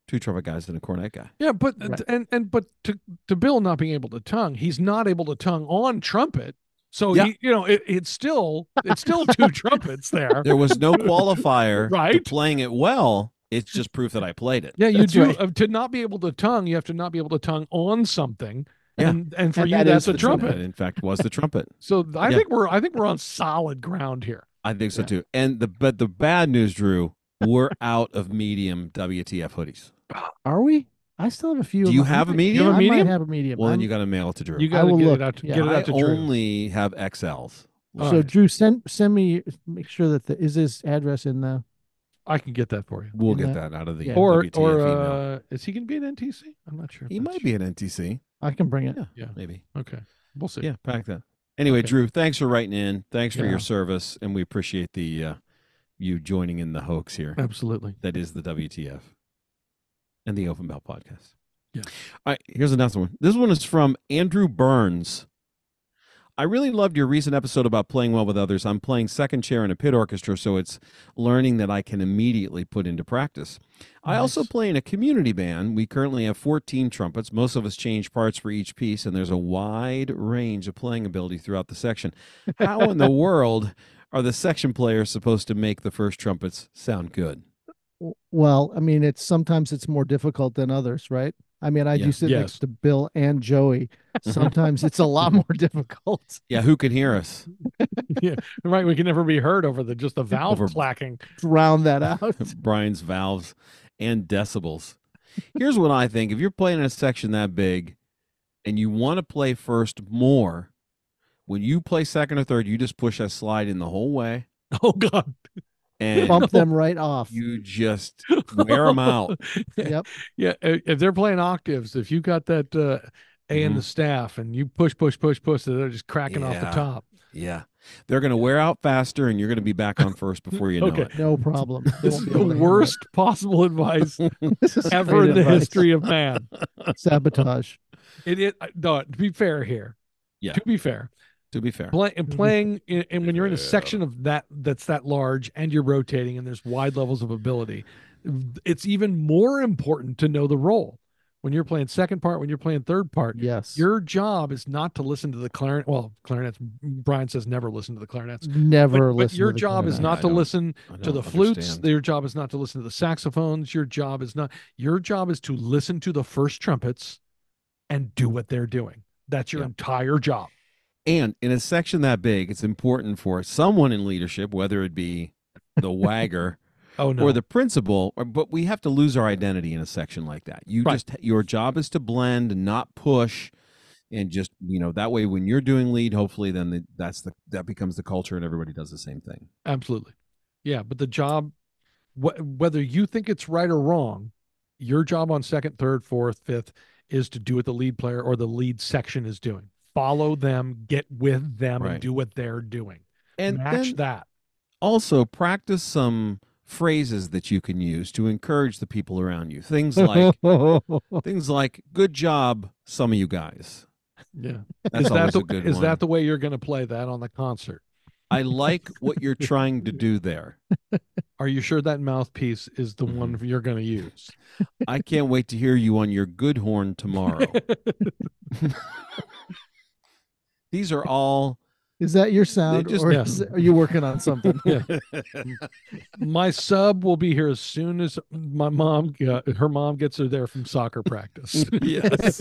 S1: two trumpet guys and a cornet guy.
S2: Yeah, but
S3: Right.
S2: and and but to to Bill not being able to tongue, he's not able to tongue on trumpet. So
S1: Yeah.
S2: he, you know, it, it's still it's still two trumpets there.
S1: There was no qualifier to
S2: Right.
S1: playing it well. It's just proof that I played it.
S2: Yeah, you
S3: That's
S2: do
S3: right.
S2: uh, to not be able to tongue. You have to not be able to tongue on something,
S1: Yeah.
S2: and and for
S3: And
S2: you
S3: that
S2: that's
S3: is
S2: a
S3: the
S1: And
S2: trumpet.
S1: that, in fact, was the trumpet.
S2: So th- I
S1: Yeah.
S2: think we're I think we're on solid ground here.
S1: I think so
S2: Yeah.
S1: too. And the but the bad news, Drew, we're out of medium WTF hoodies.
S3: Are we? I still have a few.
S1: Do
S3: of
S1: you
S3: my-
S1: have a
S3: I might-
S1: medium?
S2: You have a
S3: I
S2: medium?
S3: might have a medium.
S1: Well, then
S3: I'm-
S1: you got to mail it to Drew.
S2: You
S3: I
S2: got to
S3: will
S2: get
S3: look.
S2: it out.
S3: Yeah.
S2: Get it
S1: I
S2: out to Drew.
S1: only have XLs.
S2: All
S3: so
S2: right.
S3: Drew, send send me. Make sure that the, is his address in the.
S2: I can get that for you.
S1: We'll
S3: In
S1: get
S3: that-
S1: that out of the
S3: yeah.
S2: Or
S1: WTF
S2: or
S1: email.
S2: uh, is he going to be an NTC? I'm not sure. if
S1: he
S2: that's
S1: might be an NTC.
S3: I can bring it.
S1: Yeah,
S2: Yeah.
S1: maybe.
S2: true. Okay, we'll see.
S1: Yeah, pack that. Anyway,
S2: Okay.
S1: Drew, thanks for writing in. Thanks for
S2: Yeah.
S1: your service, and we appreciate the uh, you joining in the hoax here.
S2: Absolutely.
S1: That is the WTF and the Open Bell podcast.
S2: Yeah.
S1: All right, here's another one. This one is from Andrew Burns. I really loved your recent episode about playing well with others. I'm playing second chair in a pit orchestra, so it's learning that I can immediately put into practice. I also
S2: Nice.
S1: play in a community band. We currently have 14 trumpets. Most of us change parts for each piece, and there's a wide range of playing ability throughout the section. How in the world are the section players supposed to make the first trumpets sound good?
S3: W- Well, I mean, it's sometimes it's more difficult than others, right? I mean, I
S1: Yeah.
S3: do sit
S2: Yes.
S3: next to Bill and Joey. Sometimes it's a lot more difficult.
S1: Yeah, who can hear us?
S2: Right. We can never be heard over the just the valve
S1: Over-
S2: clacking.
S3: Round that out.
S1: Brian's valves and decibels. Here's what I think if you're playing in a section that big and you want to play first more, when you play second or third, you just push that slide in the whole way
S2: Oh God.
S1: and
S3: Bump them right off.
S1: you just wear them out.
S3: Yep.
S2: Yeah. i- If they're playing octaves, if you got that uh, A in the staff and you push, push, push, push, they're just cracking off the
S1: Yeah.
S2: top.
S1: Yeah. They're going to wear out faster and you're going to be back on first before you know
S2: Okay.
S1: it.
S3: No problem. They
S2: This
S3: won't
S2: is the
S3: be able to handle it.
S2: worst possible advice
S3: This is
S2: ever
S3: great
S2: in the
S3: advice.
S2: history of man.
S3: Sabotage.
S2: It is I- no. To be fair here,
S1: Yeah.
S2: To be fair,
S1: To be fair.
S2: play, and playing in, and when you're in a
S1: Yeah.
S2: section of that that's that large and you're rotating and there's wide levels of ability, it's even more important to know the role when you're playing second part, when you're playing third part.
S3: Yes.
S2: Your job is not to listen to the clarinet. Well, clarinets. Brian says never listen to the clarinets. but,
S3: Never
S2: but
S3: listen.
S2: your
S3: to the
S2: job is
S1: clarinet.
S2: not
S1: I
S2: to
S1: don't-
S2: listen
S1: I
S2: to
S1: don't
S2: the flutes.
S1: understand.
S2: Your job is not to listen to the saxophones. Your job is not. Your job is to listen to the first trumpets, and do what they're doing. That's your
S1: Yeah.
S2: entire job.
S1: And in a section that big, it's important for someone in leadership, whether it be the wagger
S2: Oh no.
S1: or the principal, or, but we have to lose our identity in a section like that. You
S2: Right.
S1: just your job is to blend, and not push, and just you know that way when you're doing lead, hopefully then the, that's the that becomes the culture, and everybody does the same thing.
S2: Absolutely. Yeah, but the job, wh- whether you think it's right or wrong, your job on second, third, fourth, fifth is to do what the lead player or the lead section is doing. Follow them, get with them,
S1: Right.
S2: and do what they're doing.
S1: And
S2: Match
S1: then
S2: that.
S1: also practice some phrases that you can use to encourage the people around you. Things like things like "Good job, some of you guys."
S2: Yeah.
S1: That's
S2: is that
S1: always
S2: the
S1: a good
S2: is
S1: one.
S2: that the way you're going to play that on the concert?
S1: I like what you're trying to do there.
S2: Are you sure that mouthpiece is the one
S1: Mm-hmm.
S2: you're going to use?
S1: I can't wait to hear you on your good horn tomorrow. These are all
S3: is that your sound,
S1: just-
S3: or
S2: Yeah.
S3: is- are you working on something?
S2: my sub will be here as soon as my mom, uh, her mom gets her there from soccer practice.
S1: yes.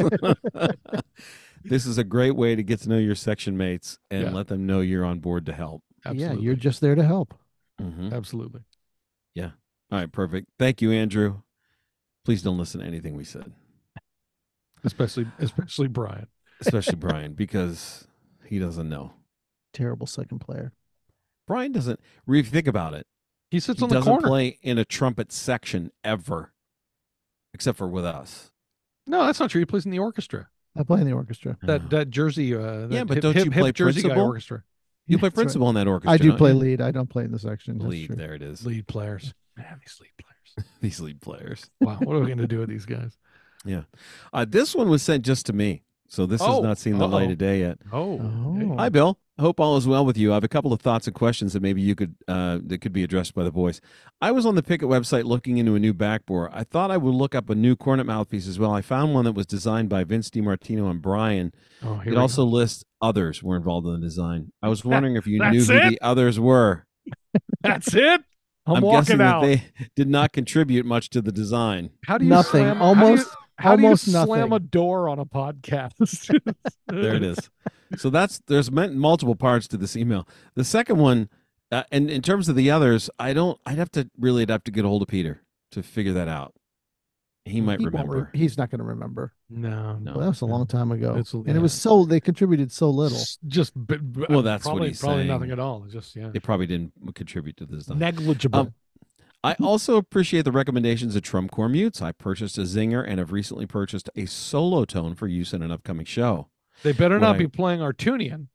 S1: this is a great way to get to know your section mates and
S2: Yeah.
S1: let them know you're on board to help.
S3: yeah,
S2: Absolutely.
S3: you're just there to help.
S1: Mhm.
S2: Absolutely.
S1: All right, perfect. Thank you, Andrew. Please don't listen to anything we said,
S2: Especially especially Brian.
S1: especially Brian, because he doesn't know.
S3: Terrible second player.
S1: Brian doesn't. If you think about it,
S2: He sits
S1: he
S2: on the
S1: doesn't
S2: corner.
S1: play in a trumpet section ever, except for with us.
S2: No, that's not true. He plays in the orchestra.
S3: I play in the orchestra.
S2: That that Jersey uh that
S1: Oh. Yeah, but
S2: hip,
S1: don't
S2: hip,
S1: you
S2: hip
S1: play
S2: Jersey guy
S1: principal?
S2: orchestra
S1: you play
S3: That's right.
S1: principal in that orchestra.
S3: I do
S1: don't
S3: play
S1: you?
S3: lead. I don't play in the section. That's
S1: lead.
S3: true.
S1: There it is.
S2: lead players. Man, these lead players.
S1: These lead players.
S2: Wow, what are we gonna do with these guys?
S1: Uh, this one was sent just to me, so this
S2: Oh,
S1: has not seen the light
S2: uh-oh.
S1: of day yet.
S2: Oh, okay.
S3: Oh.
S1: Hi, Bill. I hope all is well with you. I have a couple of thoughts and questions that maybe you could uh, that could be addressed by the boys. I was on the Picket website looking into a new backbore. I thought I would look up a new cornet mouthpiece as well. I found one that was designed by Vince DiMartino and Brian.
S2: oh here we
S1: It
S2: go.
S1: also lists others were involved in the design. I was wondering if you
S2: That's
S1: knew who
S2: it?
S1: the others were.
S2: that's it. I'm,
S1: guessing
S2: walking out.
S1: that they did not contribute much to the design.
S2: how do you
S3: Nothing.
S2: slam,
S3: Almost-
S2: how do you,
S3: almost
S2: how do you slam
S3: nothing.
S2: a door on a podcast?
S1: there it is. So that's there's men- multiple parts to this email. The second one, uh, and in terms of the others, I don't. I'd have to really I'd have to get a hold of Peter to figure that out. He might
S3: He won't re-
S1: remember.
S3: he's not going to remember.
S2: No,
S1: No.
S3: Well, that was a
S2: no.
S3: long time ago,
S2: It's a-
S3: and it was so they contributed so little.
S2: S- Just b- b-
S1: Well, that's what
S2: probably,
S1: he's
S2: probably nothing
S1: saying.
S2: at all. It's just yeah,
S1: They probably didn't contribute to this. design.
S2: negligible.
S1: Um, I also appreciate the recommendations of Trump Core Mutes. I purchased a zinger and have recently purchased a solo tone for use in an upcoming show.
S2: they better not
S1: when I-
S2: be playing Artunian.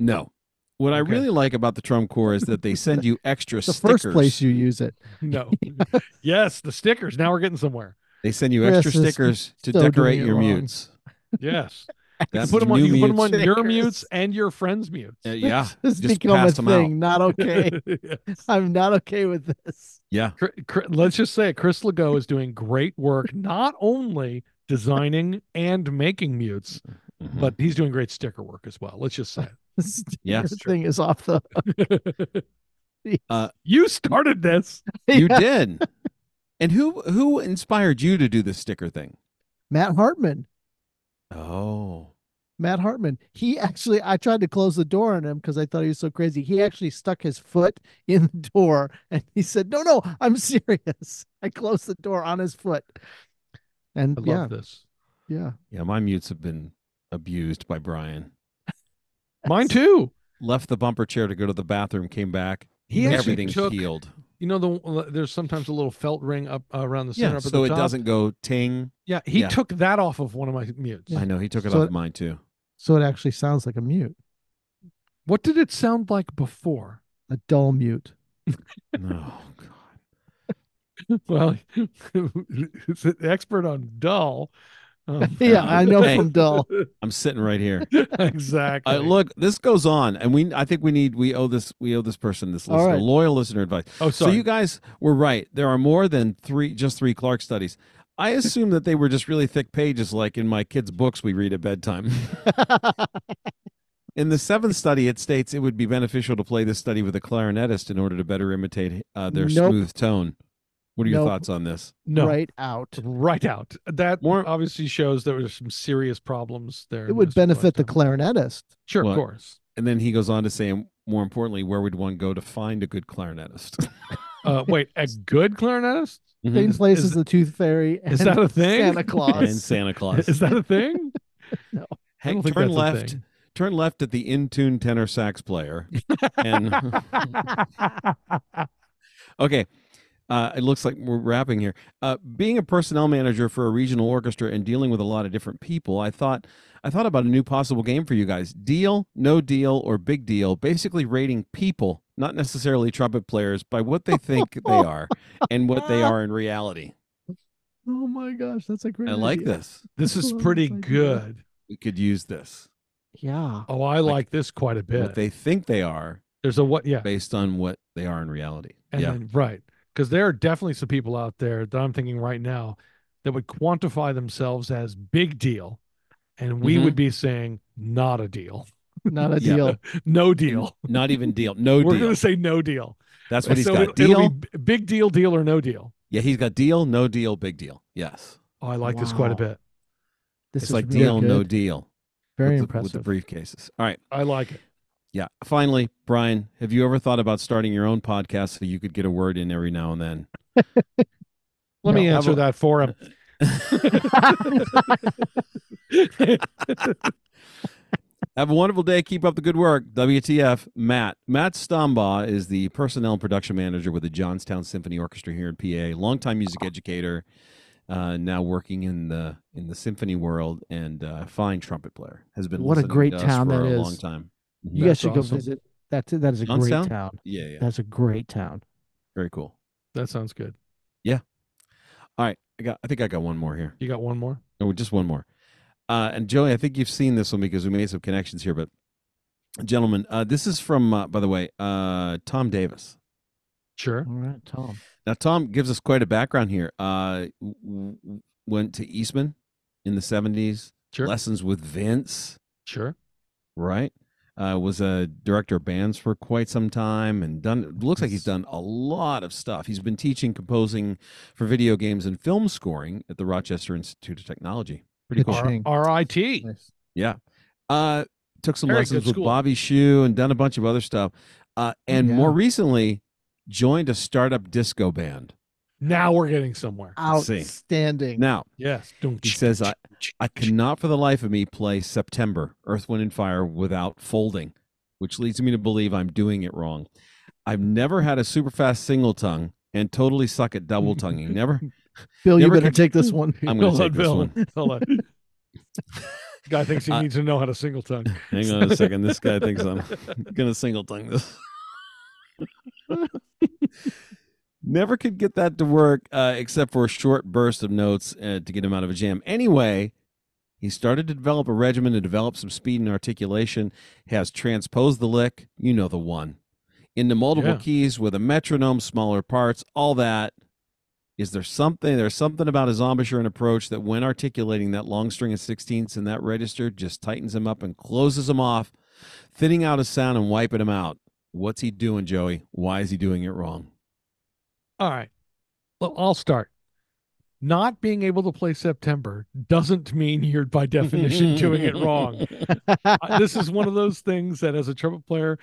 S1: No. What I
S2: Okay.
S1: really like about the Trump Core is that they send you extra
S3: The
S1: stickers.
S3: first place you use it.
S2: No. yes, the stickers. Now we're getting somewhere.
S1: they send you
S3: Chris
S1: extra
S3: is
S1: stickers to
S3: so doing
S1: decorate
S3: it
S1: your
S3: wrong.
S1: mutes.
S2: Yes. you
S1: That's
S2: put them on,
S1: new
S2: you put 'em
S1: mutes.
S2: on your
S3: Stickers.
S2: mutes and your friends' mutes.
S1: Uh, yeah.
S3: this
S1: just
S3: has become a
S1: pass 'em out.
S3: thing. Not okay. I'm not okay with this.
S2: Cr- cr- Let's just say it, Chris Legault is doing great work, not only designing and making mutes,
S1: Mhm.
S2: but he's doing great sticker work as well. Let's just say
S3: This
S1: Yeah.
S3: thing is off the.
S2: it.
S1: Uh,
S2: you started this.
S1: you
S3: Yeah.
S1: did. And who who inspired you to do the sticker thing?
S3: Matt Hartman.
S1: Oh,
S3: Matt Hartman. He actually, I tried to close the door on him because I thought he was so crazy. He actually stuck his foot in the door and he said, No, no, I'm serious. I closed the door on his foot. And
S2: I love
S3: yeah,
S2: this.
S3: yeah.
S1: yeah. My mutes have been abused by Brian.
S2: Mine too.
S1: Left the bumper chair to go to the bathroom. Came back.
S2: He actually
S1: everything
S2: took-
S1: peeled.
S2: You know, the uh, there's sometimes a little felt ring up uh, around the center.
S1: Yeah,
S2: up at
S1: so
S2: the
S1: it
S2: top.
S1: doesn't go ting.
S2: Yeah, he
S1: yeah.
S2: took that off of one of my mutes.
S1: I know he took it
S3: So
S1: off
S3: it-
S1: mine too.
S3: So it actually sounds like a mute,
S2: What did it sound like before?
S3: a dull mute.
S1: Oh God.
S2: Well, it's an expert on dull. Um,
S3: yeah, I know
S1: Hey.
S3: from Dull.
S1: I'm sitting right here.
S2: exactly.
S1: Uh, look, this goes on, and we I think we need we owe this we owe this person this
S3: All
S1: listener,
S3: right.
S1: loyal listener advice.
S2: oh,
S1: So
S2: sorry.
S1: you guys were right. There are more than three just three Clark studies. I assume that they were just really thick pages, like in my kids' books we read at bedtime. In the seventh study, it states it would be beneficial to play this study with a clarinetist in order to better imitate uh, their
S3: Nope.
S1: smooth tone. What are your
S3: Nope.
S1: thoughts on this?
S2: no, right.
S3: Right out.
S2: out. That
S1: More-
S2: obviously shows there were some serious problems there.
S3: It would benefit the
S2: class.
S3: clarinetist.
S2: Sure,
S1: Well,
S2: of course.
S1: And then he goes on to say, and more importantly, where would one go to find a good clarinetist?
S2: Uh, wait, a good clarinetist?
S1: Mhm.
S3: Same place
S2: is-
S3: as the Tooth Fairy.
S2: Is
S3: and
S2: that a thing?
S3: Santa
S1: and
S3: Claus?
S1: Santa Claus.
S2: Is that a thing? I
S1: Hank,
S2: don't think
S1: turn
S2: that's a
S1: left.
S2: thing.
S1: Turn left at the in tune tenor sax player. And okay, uh, it looks like we're wrapping here. Uh, being a personnel manager for a regional orchestra and dealing with a lot of different people, I thought I thought about a new possible game for you guys: deal, no deal, or big deal. Basically, rating people, not necessarily trumpet players, by what they think they are and what they are in reality.
S3: oh my gosh, that's a great.
S1: I like
S3: idea.
S1: this.
S2: this is
S3: Oh,
S2: pretty
S3: my God.
S2: good.
S1: We could use this.
S3: Yeah.
S2: Oh, I like this quite a bit.
S1: What they think they are
S2: There's a what? Yeah,
S1: based on what they are in reality.
S2: and
S1: yeah.
S2: then, right because there are definitely some people out there that I'm thinking right now that would quantify themselves as big deal, and we
S1: Mhm.
S2: would be saying not a deal,
S3: Not a
S1: Yeah.
S3: deal.
S2: no deal.
S1: Not even deal. No
S2: We're
S1: deal.
S2: going to say no deal.
S1: That's what he's
S2: So
S1: got.
S2: it'll-
S1: deal.
S2: it'll be b- big deal, deal or no deal.
S1: Yeah, he's got deal, no deal, big deal. Yes.
S2: Oh, I like this quite a
S3: Wow.
S2: bit.
S3: This
S1: it's
S3: is
S1: like
S3: really
S1: deal, no
S3: good.
S1: deal.
S3: Very
S1: with the, with the
S3: impressive.
S1: briefcases. All right.
S2: I like it.
S1: Yeah. Finally, Brian, have you ever thought about starting your own podcast so you could get a word in every now and then?
S2: Let me
S1: No, I've
S2: answer
S1: al-
S2: that for him.
S1: Have a wonderful day. Keep up the good work. WTF, Matt. Matt Stombaugh is the personnel and production manager with the Johnstown Symphony Orchestra here in PA. Longtime music educator, uh, now working in the in the symphony world and uh, fine trumpet player. Has been
S3: What a
S1: listening
S3: great
S1: to us
S3: town
S1: for
S3: that
S1: a
S3: is.
S1: long time.
S3: you guys
S2: That's
S3: should go
S2: awesome.
S3: visit. That's that is a great
S1: Johnstown?
S3: town.
S1: Yeah, yeah,
S3: That's a great town.
S1: very cool.
S2: That sounds good.
S1: All right, I got. I think I got one more here.
S2: You got one more?
S1: No, just one more. Uh, and Joey, I think you've seen this one because we made some connections here. But gentlemen, uh, this is from, uh, by the way, uh, Tom Davis.
S2: Sure.
S3: All right, Tom.
S1: Now, Tom gives us quite a background here. Uh, w- w- went to Eastman in the 70s,
S2: Sure.
S1: lessons with Vince,
S2: Sure.
S1: right? Uh, was a director of bands for quite some time and done, looks like he's done a lot of stuff. He's been teaching, composing for video games and film scoring at the Rochester Institute of Technology. Pretty cool.
S3: Good job. Shang.
S2: RIT.
S3: Nice.
S1: Uh, took some
S2: Very
S1: lessons
S2: good
S1: with
S2: school.
S1: Bobby Shue and done a bunch of other stuff. Uh, and
S3: Yeah.
S1: more recently, joined a startup disco band.
S2: Now we're getting somewhere.
S1: see.
S3: Outstanding.
S1: Now,
S2: Yes. Don't
S1: Uh, He says, I, I cannot for the life of me play September, Earth, Wind, and Fire without folding, which leads me to believe I'm doing it wrong. I've never had a super fast single tongue and totally suck at double tonguing. Never.
S3: Bill, you
S1: never
S3: better
S1: con-
S3: take this one.
S1: I'm going to
S2: Hold
S1: take
S2: on,
S1: this
S2: Bill.
S1: one.
S2: Hold on. Guy thinks he
S1: Uh,
S2: needs to know how to single tongue.
S1: Hang on a second. This guy thinks I'm going to single tongue this. Never could get that to work uh, except for a short burst of notes uh, to get him out of a jam. Anyway, he started to develop a regimen to develop some speed and articulation, has transposed the lick, you know the one, into multiple
S2: Yeah.
S1: keys with a metronome, smaller parts, all that. Is there something there's something about his embouchure and approach that when articulating that long string of sixteenths in that register just tightens him up and closes him off, thinning out his sound and wiping him out. What's he doing, Joey? Why is he doing it wrong?
S2: All right. Well, I'll start. Not being able to play September doesn't mean you're by definition doing it wrong. I- this is one of those things that as a trumpet player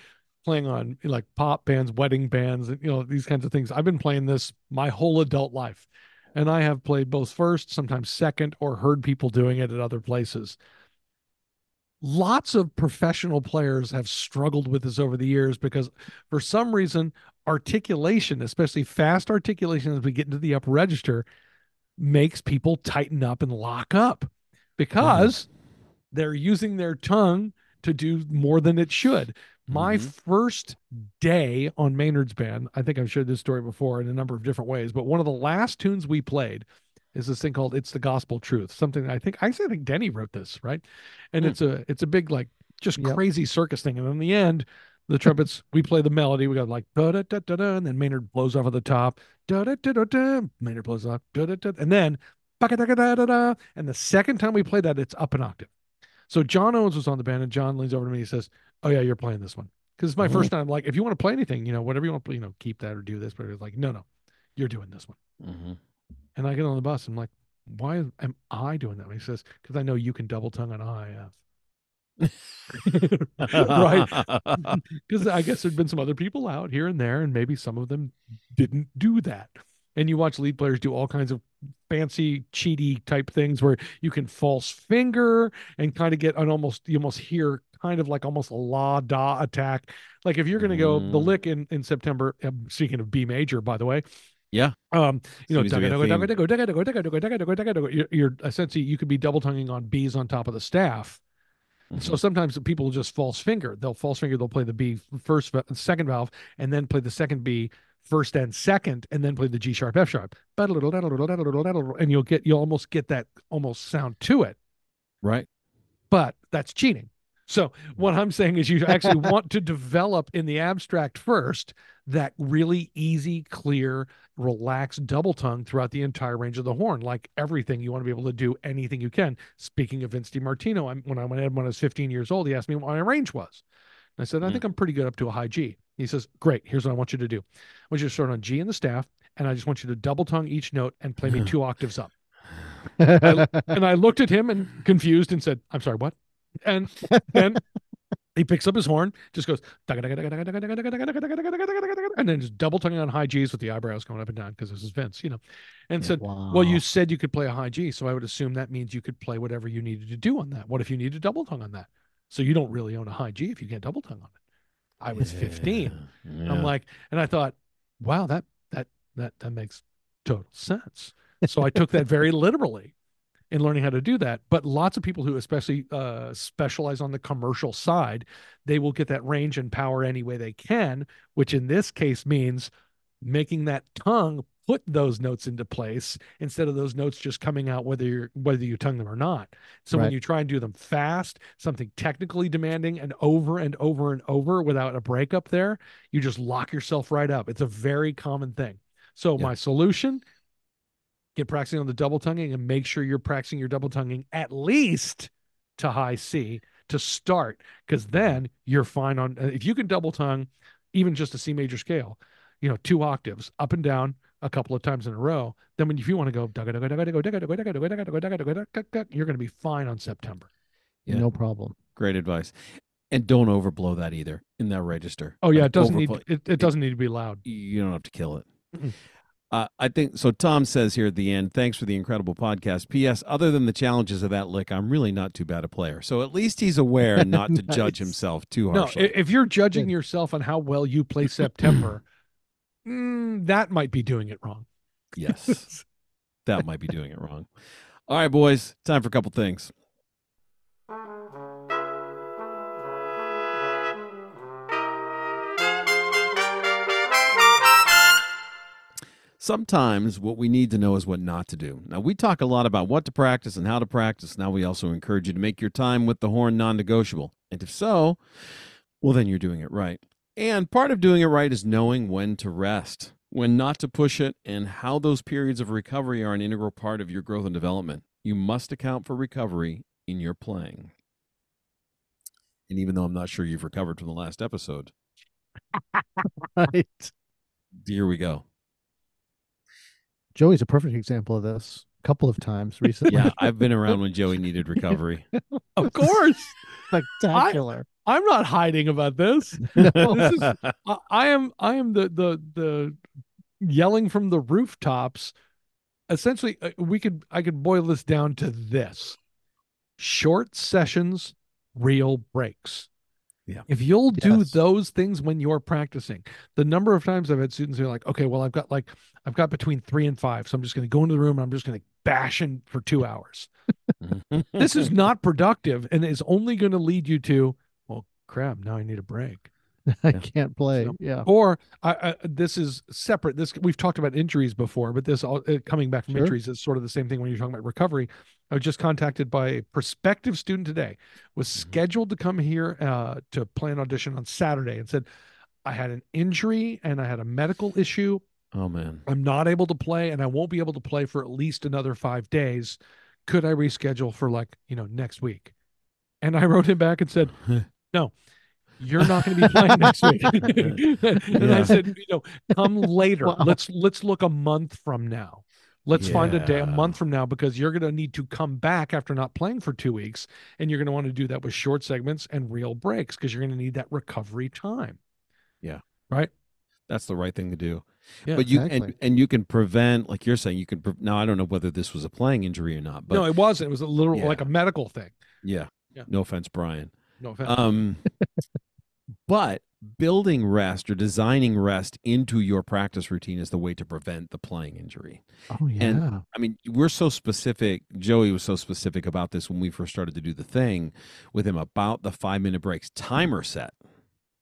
S2: playing on like pop bands wedding bands and you know these kinds of things i've been playing this my whole adult life and i have played both first sometimes second or heard people doing it at other places lots of professional players have struggled with this over the years because for some reason articulation especially fast articulation as we get into the upper register makes people tighten up and lock up because they're using their tongue to do more than it should. My
S1: Mhm.
S2: first day on Maynard's band, I think I've shared this story before in a number of different ways, but one of the last tunes we played is this thing called "It's the Gospel Truth." Something I think I actually think Denny wrote this, right? And
S1: Hmm.
S2: it's a it's a big like just
S3: Yep.
S2: crazy circus thing. And in the end, the trumpets we play the melody. We got like da da da da da, and then Maynard blows off at the top. Da da da da da. Maynard blows off. Da da da, and then ba da da da da da. And the second time we play that, it's up an octave. So John Owens was on the band, and John leans over to me. He says, "Oh yeah, you're playing this one." Because it's my first time. Like, if you want to play anything, you know, whatever you want to play, you know, keep that or do this. But it's like, no, no, you're doing this one.
S1: Mm-hmm.
S2: And I get on the bus. I'm like, why is- am I doing that? And he says, because I know you can double tongue on uh, IF. right. Because I guess there'd been some other people out here and there, and maybe some of them didn't do that. And you watch lead players do all kinds of fancy, cheaty type things where you can false finger and kind of get an almost, you almost hear kind of like almost a la da attack. Like if you're going to go the
S1: Mm.
S2: lick in, in September, um, speaking of B major, by the way.
S1: Yeah.
S2: Um, you know,
S1: Seems to be a
S2: dugga, dugga,
S1: theme.
S2: dugga, dugga, dugga, dugga, dugga, dugga, dugga, dugga. You're- you're essentially, you could be double tonguing on Bs on top of the staff. And So sometimes the people will just false finger. They'll false finger. They'll play the B first, va- second valve, and then play the second B first and second, and then play the G sharp, F sharp. And you'll get you'll almost get that almost sound to it,
S1: Right.
S2: but that's cheating. So what I'm saying is you actually want to develop in the abstract first that really easy, clear, relaxed double tongue throughout the entire range of the horn. Like everything, you want to be able to do anything you can. Speaking of Vince DiMartino, I'm, when I went in when I was 15 years old, he asked me what my range was. And I said, I
S1: Mhm.
S2: think I'm pretty good up to a high G. He says, Great, here's what I want you to do. I want you to start on G in the staff, and I just want you to double tongue each note and play me two octaves up. And I looked at him and confused and said, I'm sorry, what? And then he picks up his horn, just goes, and then just double tonguing on high G's with the eyebrows going up and down because this is Vince, you know, and said, Well, you said you could play a high G, so I would assume that means you could play whatever you needed to do on that. What if you need to double tongue on that? So you don't really own a high G if you can't double tongue on it. I was 15. I'm like, and I thought, wow, that that that that makes total sense. So I took that very literally in learning how to do that. But lots of people who especially uh, specialize on the commercial side, they will get that range and power any way they can, which in this case means making that tongue put those notes into place instead of those notes just coming out whether you're whether you tongue them or not. So when
S3: Right.
S2: you try and do them fast, something technically demanding and over and over and over without a break up there, you just lock yourself right up. It's a very common thing. So
S1: Yeah.
S2: my solution: get practicing on the double tonguing and make sure you're practicing your double tonguing at least to high C to start, because then you're fine on. If you can double tongue, even just a C major scale, you know, two octaves up and down a couple of times in a row. Then when if you want to go, dugga, dugga, dugga, dugga, dugga, dugga, dugga, dugga, dugga, dugga, dugga, dugga, dugga, you're going to be fine on September.
S1: Yeah.
S3: No problem.
S1: Great advice. And don't overblow that either in that register.
S2: Oh yeah,
S1: Like,
S2: it doesn't need
S1: overplay-
S2: it, it doesn't need to be loud.
S1: you don't have to kill it.
S2: Mm-mm.
S1: Uh, I think so. Tom says here at the end, thanks for the incredible podcast. P.S. Other than the challenges of that lick, I'm really not too bad a player. So at least he's aware and not to judge
S3: Nice.
S1: himself too
S2: No,
S1: harshly.
S2: i- if you're judging
S3: Good.
S2: yourself on how well you play September, mm, that might be doing it wrong.
S1: yes, that might be doing it wrong. All right, boys, time for a couple things. Sometimes what we need to know is what not to do. Now, we talk a lot about what to practice and how to practice. Now, we also encourage you to make your time with the horn non negotiable. And if so, well, then you're doing it right. And part of doing it right is knowing when to rest, when not to push it, and how those periods of recovery are an integral part of your growth and development. You must account for recovery in your playing. And even though I'm not sure you've recovered from the last episode,
S3: Right.
S1: here we go.
S3: Joey's a perfect example of this. A couple of times recently.
S1: Yeah, I've been around when Joey needed recovery.
S2: Of course,
S3: Spectacular.
S2: I'm not hiding about this. This is- I, I am I am the the the yelling from the rooftops. Essentially, uh, we could I could boil this down to this: short sessions, real breaks.
S1: Yeah.
S2: If you'll do
S3: Yes.
S2: those things when you're practicing, the number of times I've had students who are like, okay, well, I've got like I've got between three and five, so I'm just going to go into the room and I'm just going to bash in for two hours this is not productive and is only going to lead you to well crap now i need a break
S3: I
S1: Yeah.
S3: can't play.
S2: So-
S3: yeah.
S2: Or I, I, this is separate. This we've talked about injuries before, but this all, uh, coming back from
S3: Sure.
S2: injuries is sort of the same thing when you're talking about recovery. I was just contacted by a prospective student today, was
S1: Mhm.
S2: scheduled to come here uh, to play an audition on Saturday, and said, "I had an injury and I had a medical issue.
S1: Oh man.
S2: I'm not able to play, and I won't be able to play for at least another five days. Could I reschedule for like you know next week?" And I wrote him back and said, you're not going to be playing next week. and I
S1: Yeah.
S2: said, you know, come later.
S3: Wow.
S2: Let's let's look a month from now. Let's find a day a
S1: Yeah.
S2: month from now because you're going to need to come back after not playing for two weeks, and you're going to want to do that with short segments and real breaks because you're going to need that recovery time.
S1: That's the right thing to do.
S2: Yeah,
S1: but you and,
S3: exactly.
S1: and you can prevent, like you're saying, you can. Pre- now I don't know whether this was a playing injury or not, but
S2: no, it wasn't. It was a literal like a medical thing.
S1: yeah,
S2: Yeah.
S1: No offense, Brian.
S2: No offense.
S1: Um, but building rest or designing rest into your practice routine is the way to prevent the playing injury.
S3: Oh yeah.
S1: I mean, we're so specific. Joey was so specific about this when we first started to do the thing with him about the five minute breaks timer set.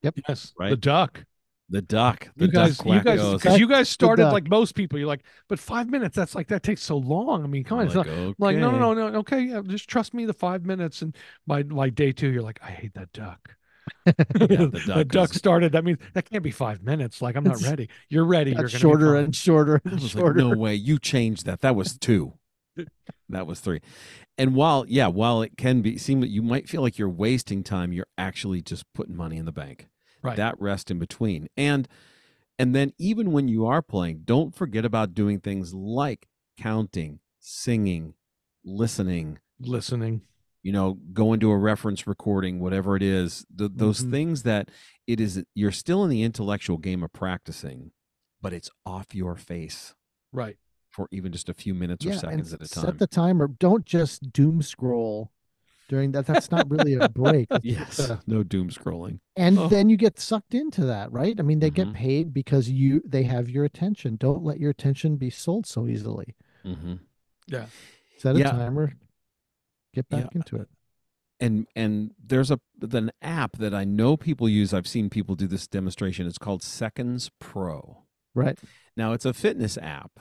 S2: yes, the
S1: right.
S2: duck.
S1: The duck, the
S2: You guys,
S1: duck
S2: you
S1: quack
S2: guys,
S1: goes.
S2: because you guys started
S3: duck.
S2: like most people. You're like, but five minutes. That's like that takes so long. I mean, come on,
S1: I'm
S2: it's not.
S1: okay.
S2: I'm Like, no, no, no, no. Okay, yeah, just trust me. The five minutes and by by day two, you're like, I hate that duck.
S1: the
S2: the duck,
S1: duck is-
S2: started. That means that can't be five minutes. Like, I'm not
S3: It's-
S2: ready. You're ready. You're
S3: Got
S2: gonna be
S3: shorter
S2: fine.
S3: and shorter
S1: I
S3: and
S1: was like,
S3: shorter.
S1: no way. You changed that. That was two. That was three. And while, yeah, while it can be seem that you might feel like you're wasting time, you're actually just putting money in the bank.
S2: Right.
S1: That rest in between. And and then even when you are playing, don't forget about doing things like counting, singing, listening,
S2: listening.
S1: you know, going to a reference recording, whatever it is, th- those
S2: Mhm.
S1: things that it is you're still in the intellectual game of practicing, but it's off your face
S2: Right.
S1: for even just a few minutes or
S3: yeah, and
S1: seconds at a time.
S3: set the timer. Don't just doom scroll during that. That's not really a break.
S1: yes, no doom scrolling.
S3: And
S2: Oh. Mm-hmm.
S3: then you get sucked into that, right? I mean, they
S1: Mhm.
S3: get paid because you they have your attention. Don't let your attention be sold so easily.
S1: Mm-hmm.
S3: Set a
S1: Yeah.
S3: timer. Get
S1: Yeah.
S3: back into it.
S1: And and there's a an app that I know people use. I've seen people do this demonstration. It's called Seconds Pro.
S3: Right.
S1: Now it's a fitness app,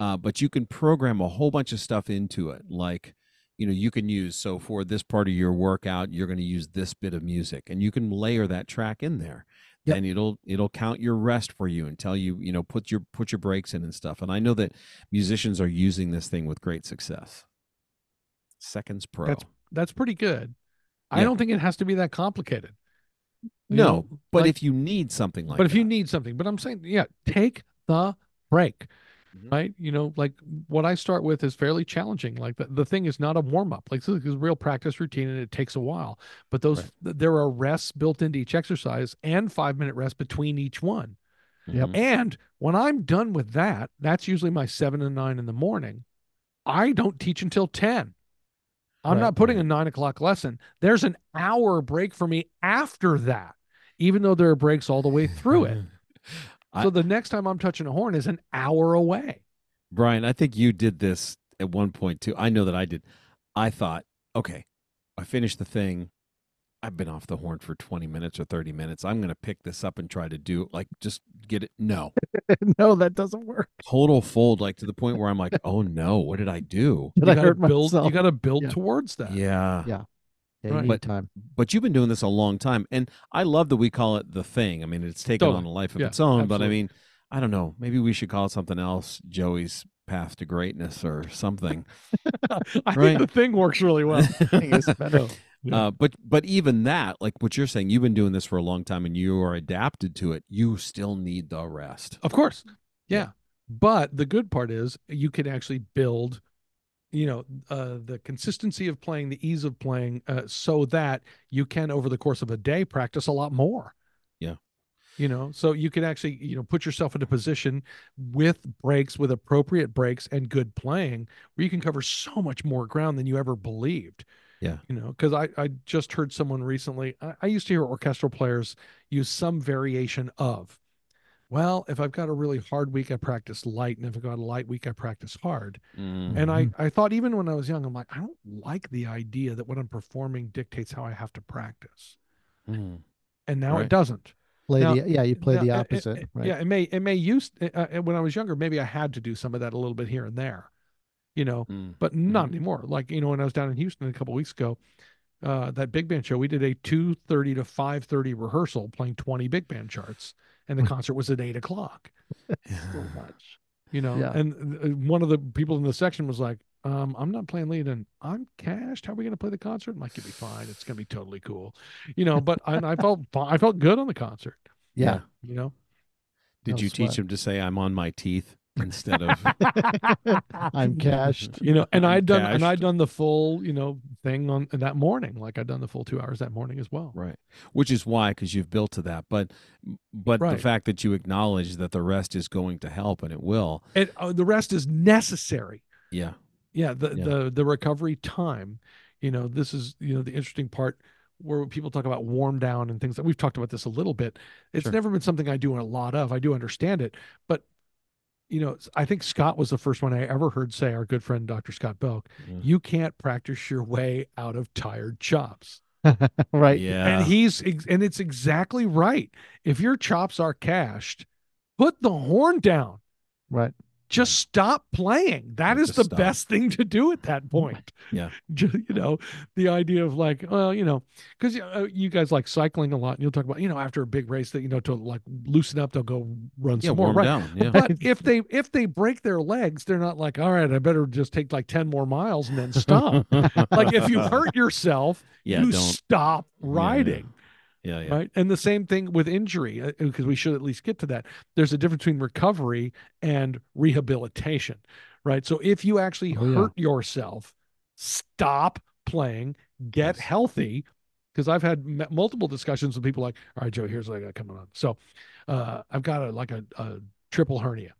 S1: uh, but you can program a whole bunch of stuff into it. Like, you know, you can use so for this part of your workout, you're going to use this bit of music, and you can layer that track in there.
S3: Yep.
S1: Then it'll it'll count your rest for you and tell you you know put your put your breaks in and stuff. And I know that musicians are using this thing with great success. Seconds Pro.
S2: That's pretty good. I
S1: Yeah.
S2: don't think it has to be that complicated. You
S1: No,
S2: know,
S1: but
S2: like-
S1: if you need something like
S2: but if you
S1: that.
S2: need something, but I'm saying, yeah, take the break.
S1: Mhm.
S2: Right. You know, like what I start with is fairly challenging. Like the, the thing is not a warm up. Like this is real practice routine and it takes a while. But those
S1: Right.
S2: th- there are rests built into each exercise and five minute rest between each one.
S3: Yep.
S1: Mhm.
S2: And when I'm done with that, that's usually my seven and nine in the morning. I don't teach until 10. I'm
S3: Right,
S2: not putting
S1: right.
S2: a nine o'clock lesson. There's an hour break for me after that, even though there are breaks all the way through
S1: Mm-hmm.
S2: it.
S1: I-
S2: so the next time I'm touching a horn is an hour away.
S1: Brian, I think you did this at one point too. I know that I did. I thought, okay, I finished the thing. I've been off the horn for 20 minutes or 30 minutes. I'm going to pick this up and try to do like just get it. No,
S3: no, that doesn't work.
S1: total fold, like to the point where I'm like, oh no, what did I do?
S3: Did
S2: you
S3: I
S2: gotta
S3: hurt
S2: build,
S3: myself?
S2: You got to build
S3: Yeah.
S2: towards that.
S1: Yeah.
S3: Yeah. Yeah, you
S2: Right.
S3: need
S1: But-
S3: time.
S1: But you've been doing this a long time. And I love that we call it the thing. I mean, it's taken
S2: Totally.
S1: on a life of
S2: Yeah,
S1: its own. But I
S2: absolutely.
S1: mean, I don't know. Maybe we should call it something else Joey's Path to Greatness or something.
S2: I
S1: Right.
S2: think the thing works really well.
S3: Thing is better.
S2: Yeah.
S1: Uh, but but even that, like what you're saying, you've been doing this for a long time and you are adapted to it. You still need the rest.
S2: Of course.
S1: Yeah.
S2: Yeah. But the good part is you can actually build, you know, uh, the consistency of playing, the ease of playing, uh, so that you can, over the course of a day, practice a lot more.
S1: Yeah.
S2: You know, so you can actually, you know, put yourself into position with breaks, with appropriate breaks and good playing, where you can cover so much more ground than you ever believed.
S1: Yeah.
S2: You know, because I, I just heard someone recently, I, I used to hear orchestral players use some variation of, well, if I've got a really hard week, I practice light. And if I've got a light week, I practice hard. And I, I thought even when I was young, I'm like, I don't like the idea that what I'm performing dictates how I have to practice.
S1: Mm.
S2: And now
S1: Right.
S2: it doesn't.
S3: play
S2: Now,
S3: the yeah, you play
S2: Now,
S3: the
S2: it- it-
S3: opposite,
S2: it-
S3: right?
S2: Yeah, it may it may use uh, uh, when I was younger. Maybe I had to do some of that a little bit here and there, you know,
S1: Mm.
S2: but not anymore. Like you know, when I was down in Houston a couple weeks ago, uh, that big band show, we did a two thirty to five thirty rehearsal playing twenty big band charts, and the concert was at eight o'clock.
S3: So much.
S2: You know,
S3: Yeah.
S2: and uh, one of the people in the section was like, um, "I'm not playing lead, and I'm cashed. How are we going to play the concert?" I'm like, "You'll be fine. It's going to be totally cool." You know, but I, I felt fi- I felt good on the concert.
S3: Yeah.
S2: You know.
S1: Did
S3: No
S1: you
S3: sweat.
S1: teach him to say "I'm on my teeth" instead of
S3: I'm cashed.
S2: you know and i'd done
S1: Cashed.
S2: and i'd done the full you know thing on that morning like i'd done the full two hours that morning as well
S1: right? Which is why, because you've built to that. But but
S2: Right.
S1: the fact that you acknowledge that the rest is going to help and it will,
S2: and uh, the rest is necessary
S1: yeah,
S2: yeah the,
S1: Yeah.
S2: the the recovery time you know this is you know the interesting part where people talk about warm down and things that we've talked about this a little bit it's
S1: Sure.
S2: never been something i do a lot of i do understand it but you know i think scott was the first one i ever heard say our good friend dr scott belk
S1: Yeah.
S2: you can't practice your way out of tired chops
S3: right.
S1: yeah,
S2: and he's ex- and it's exactly right if your chops are cashed put the horn down
S3: Right.
S2: just stop playing that
S1: Yeah,
S2: is
S1: just
S2: the
S1: stop.
S2: best thing to do at that point
S1: Yeah.
S2: Ju- you know the idea of like well you know because uh, you guys like cycling a lot and you'll talk about you know after a big race that you know to like loosen up they'll go run
S1: yeah,
S2: some more
S1: warm
S2: right
S1: down, yeah.
S2: but if they if they break their legs they're not like all right i better just take like 10 more miles and then stop like if you hurt yourself
S1: yeah,
S2: you
S1: don't
S2: stop
S1: yeah, yeah.
S2: riding
S1: yeah, yeah,
S2: right and the same thing with injury because we should at least get to that there's a difference between recovery and rehabilitation right so if you actually
S3: Oh, yeah.
S2: hurt yourself stop playing get
S1: Yes.
S2: healthy because i've had m- multiple discussions with people like all right joe here's what i got coming on so uh, i've got a like a, a triple hernia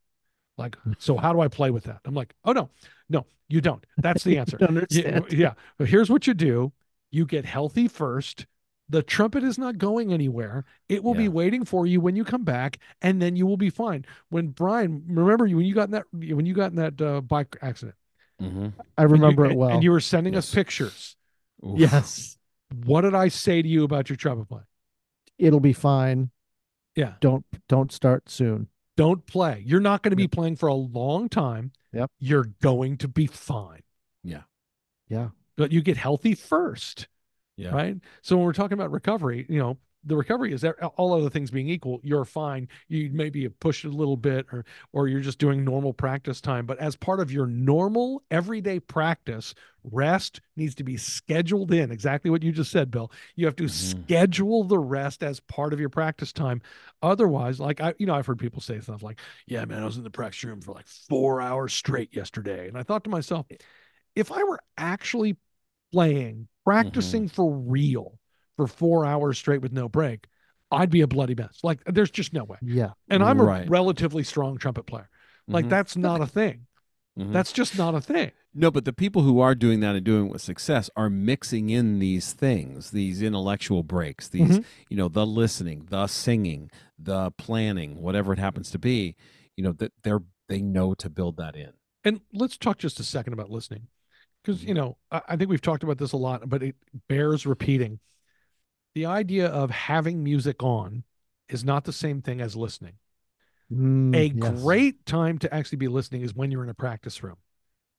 S2: like so how do i play with that i'm like oh no no you don't that's the answer
S3: Don't
S2: yeah,
S3: Understand.
S2: yeah. But here's what you do: you get healthy first. The trumpet is not going anywhere. It will
S1: Yeah.
S2: be waiting for you when you come back, and then you will be fine. When Brian, remember you when you got in that when you got in that uh, bike accident.
S1: Mhm.
S3: I
S2: and you-
S3: remember
S2: and-
S3: it well.
S2: And you were sending us
S1: Yes.
S2: pictures.
S1: Oof.
S3: yes.
S2: What did I say to you about your trumpet playing?
S3: It'll be fine.
S2: Yeah.
S3: Don't don't start soon.
S2: Don't play. You're not going to be
S3: Yep.
S2: playing for a long time.
S3: Yep.
S2: You're going to be fine.
S3: Yeah.
S2: but you get healthy first.
S1: Yeah.
S2: Right. So when we're talking about recovery, you know, the recovery is that all other things being equal, you're fine. You maybe have pushed it a little bit or or you're just doing normal practice time. But as part of your normal everyday practice, rest needs to be scheduled in. Exactly what you just said, Bill. You have to
S1: Mhm.
S2: schedule the rest as part of your practice time. Otherwise, like I, you know, I've heard people say stuff like, yeah, man, I was in the practice room for like four hours straight yesterday. And I thought to myself, if I were actually playing, practicing for real for four hours straight with no break, I'd be a bloody mess. Like there's just no way.
S3: Yeah.
S2: And I'm
S1: Right.
S2: a relatively strong trumpet player. Like
S1: Mhm.
S2: that's not a thing.
S1: Mhm.
S2: That's just not a thing.
S1: No, but the people who are doing that and doing it with success are mixing in these things, these intellectual breaks, these,
S2: Mm-hmm.
S1: you know, the listening, the singing, the planning, whatever it happens to be, you know, that they're they know to build that in.
S2: And let's talk just a second about listening. Because, you know, I, I think we've talked about this a lot, but it bears repeating. The idea of having music on is not the same thing as listening.
S3: Mm,
S2: a
S3: yes.
S2: great time to actually be listening is when you're in a practice room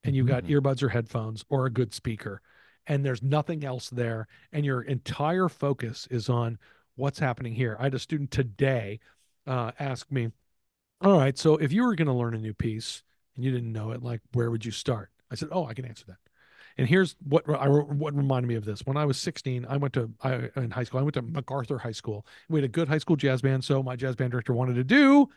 S2: and you've got
S3: Mm-hmm.
S1: Mhm.
S2: earbuds or headphones or a good speaker and there's nothing else there and your entire focus is on what's happening here i had a student today uh, ask me all right so if you were going to learn a new piece and you didn't know it like where would you start i said oh i can answer that and here's what re- I, re- what reminded me of this. When I was 16, I went to I, in high school. I went to MacArthur High School. We had a good high school jazz band, so my jazz band director wanted to do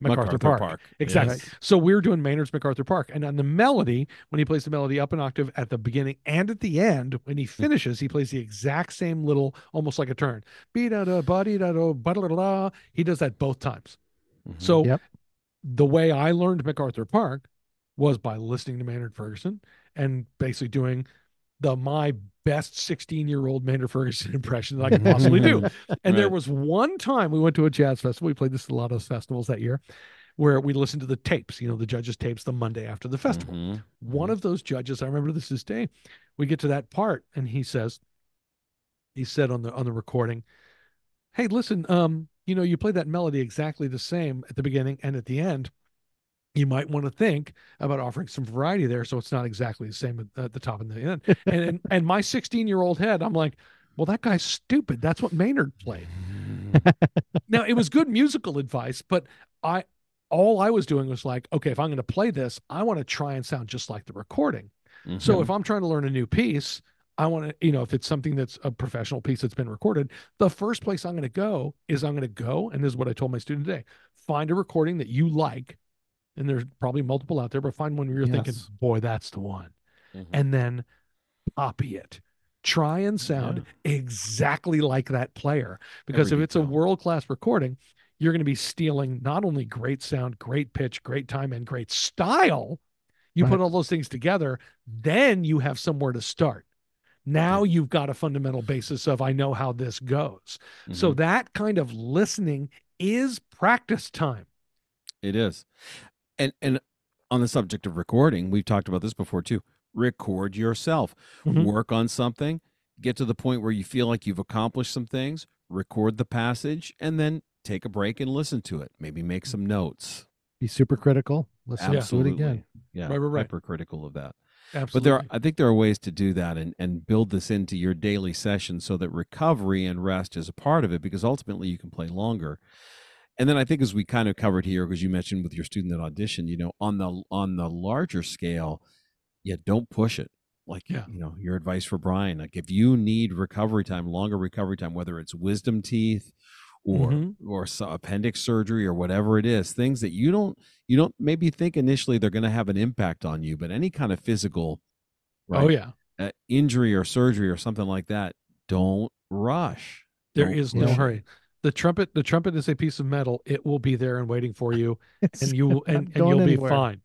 S2: MacArthur, Park. Exactly.
S1: Yes.
S2: So we were doing Maynard's MacArthur Park, and on the melody, when he plays the melody up an octave at the beginning and at the end, when he finishes, he plays the exact same little, almost like a turn. Be da da ba dee da da ba da da da. He does that both times.
S1: Mhm.
S2: So
S3: Yep.
S2: the way I learned MacArthur Park was by listening to Maynard Ferguson and basically doing the my best 16 year old Maynard Ferguson impression that I could possibly do. And there
S1: Right.
S2: was one time we went to a jazz festival. We played this at a lot of festivals that year where we listened to the tapes, you know, the judges' tapes the Monday after the festival
S1: Mhm.
S2: one
S1: Mhm.
S2: of those judges i remember this this day we get to that part and he says he said on the on the recording hey listen um you know, you play that melody exactly the same at the beginning and at the end. You might want to think about offering some variety there, so it's not exactly the same at, at the top and the end. And and, and my 16 year old head, I'm like, well, that guy's stupid. That's what Maynard played. now it was good musical advice, but I all I was doing was like, okay, if I'm going to play this, I want to try and sound just like the recording. So
S1: Mhm.
S2: if I'm trying to learn a new piece, I want to, you know, if it's something that's a professional piece that's been recorded, the first place I'm going to go is I'm going to go, and this is what I told my student today: find a recording that you like, and there's probably multiple out there, but find one where you're thinking,
S3: Yes.
S2: boy, that's the one, and then copy it. Try and sound exactly like that player because
S1: Every
S2: if it's a
S1: detail.
S2: world class recording, you're going to be stealing not only great sound, great pitch, great time, and great style. You
S3: Right.
S2: put all those things together, then you have somewhere to start. Now you've got a fundamental basis of I know how this goes. So
S1: So
S2: that kind of listening is practice time.
S1: it is. And and on the subject of recording, we've talked about this before too. Record yourself.
S2: Mhm.
S1: Work on something. Get to the point where you feel like you've accomplished some things. Record the passage and then take a break and listen to it. Maybe make
S2: Mm.
S1: some notes.
S3: Be super critical. Let's do it
S1: Absolutely.
S3: again.
S1: Yeah.
S2: Right, right, right.
S1: Hypercritical of that. But
S2: Absolutely.
S1: there, are, I think there are ways to do that and, and build this into your daily session so that recovery and rest is a part of it because ultimately you can play longer. And then I think as we kind of covered here, because you mentioned with your student that audition, you know, on the on the larger scale, yeah, don't push it. Like
S2: Yeah.
S1: you know, your advice for Brian, like if you need recovery time, longer recovery time, whether it's wisdom teeth or
S2: Mhm.
S1: or so appendix surgery or whatever it is, things that you don't you don't maybe think initially they're going to have an impact on you, but any kind of physical
S2: Oh,
S1: right?
S2: yeah.
S1: uh, injury or surgery or something like that, don't rush.
S2: There
S1: Don't
S2: is no
S1: rush.
S2: hurry. The trumpet, the trumpet is a piece of metal. It will be there and waiting for you, and you will, and, and
S3: going
S2: you'll
S3: anywhere.
S2: be fine.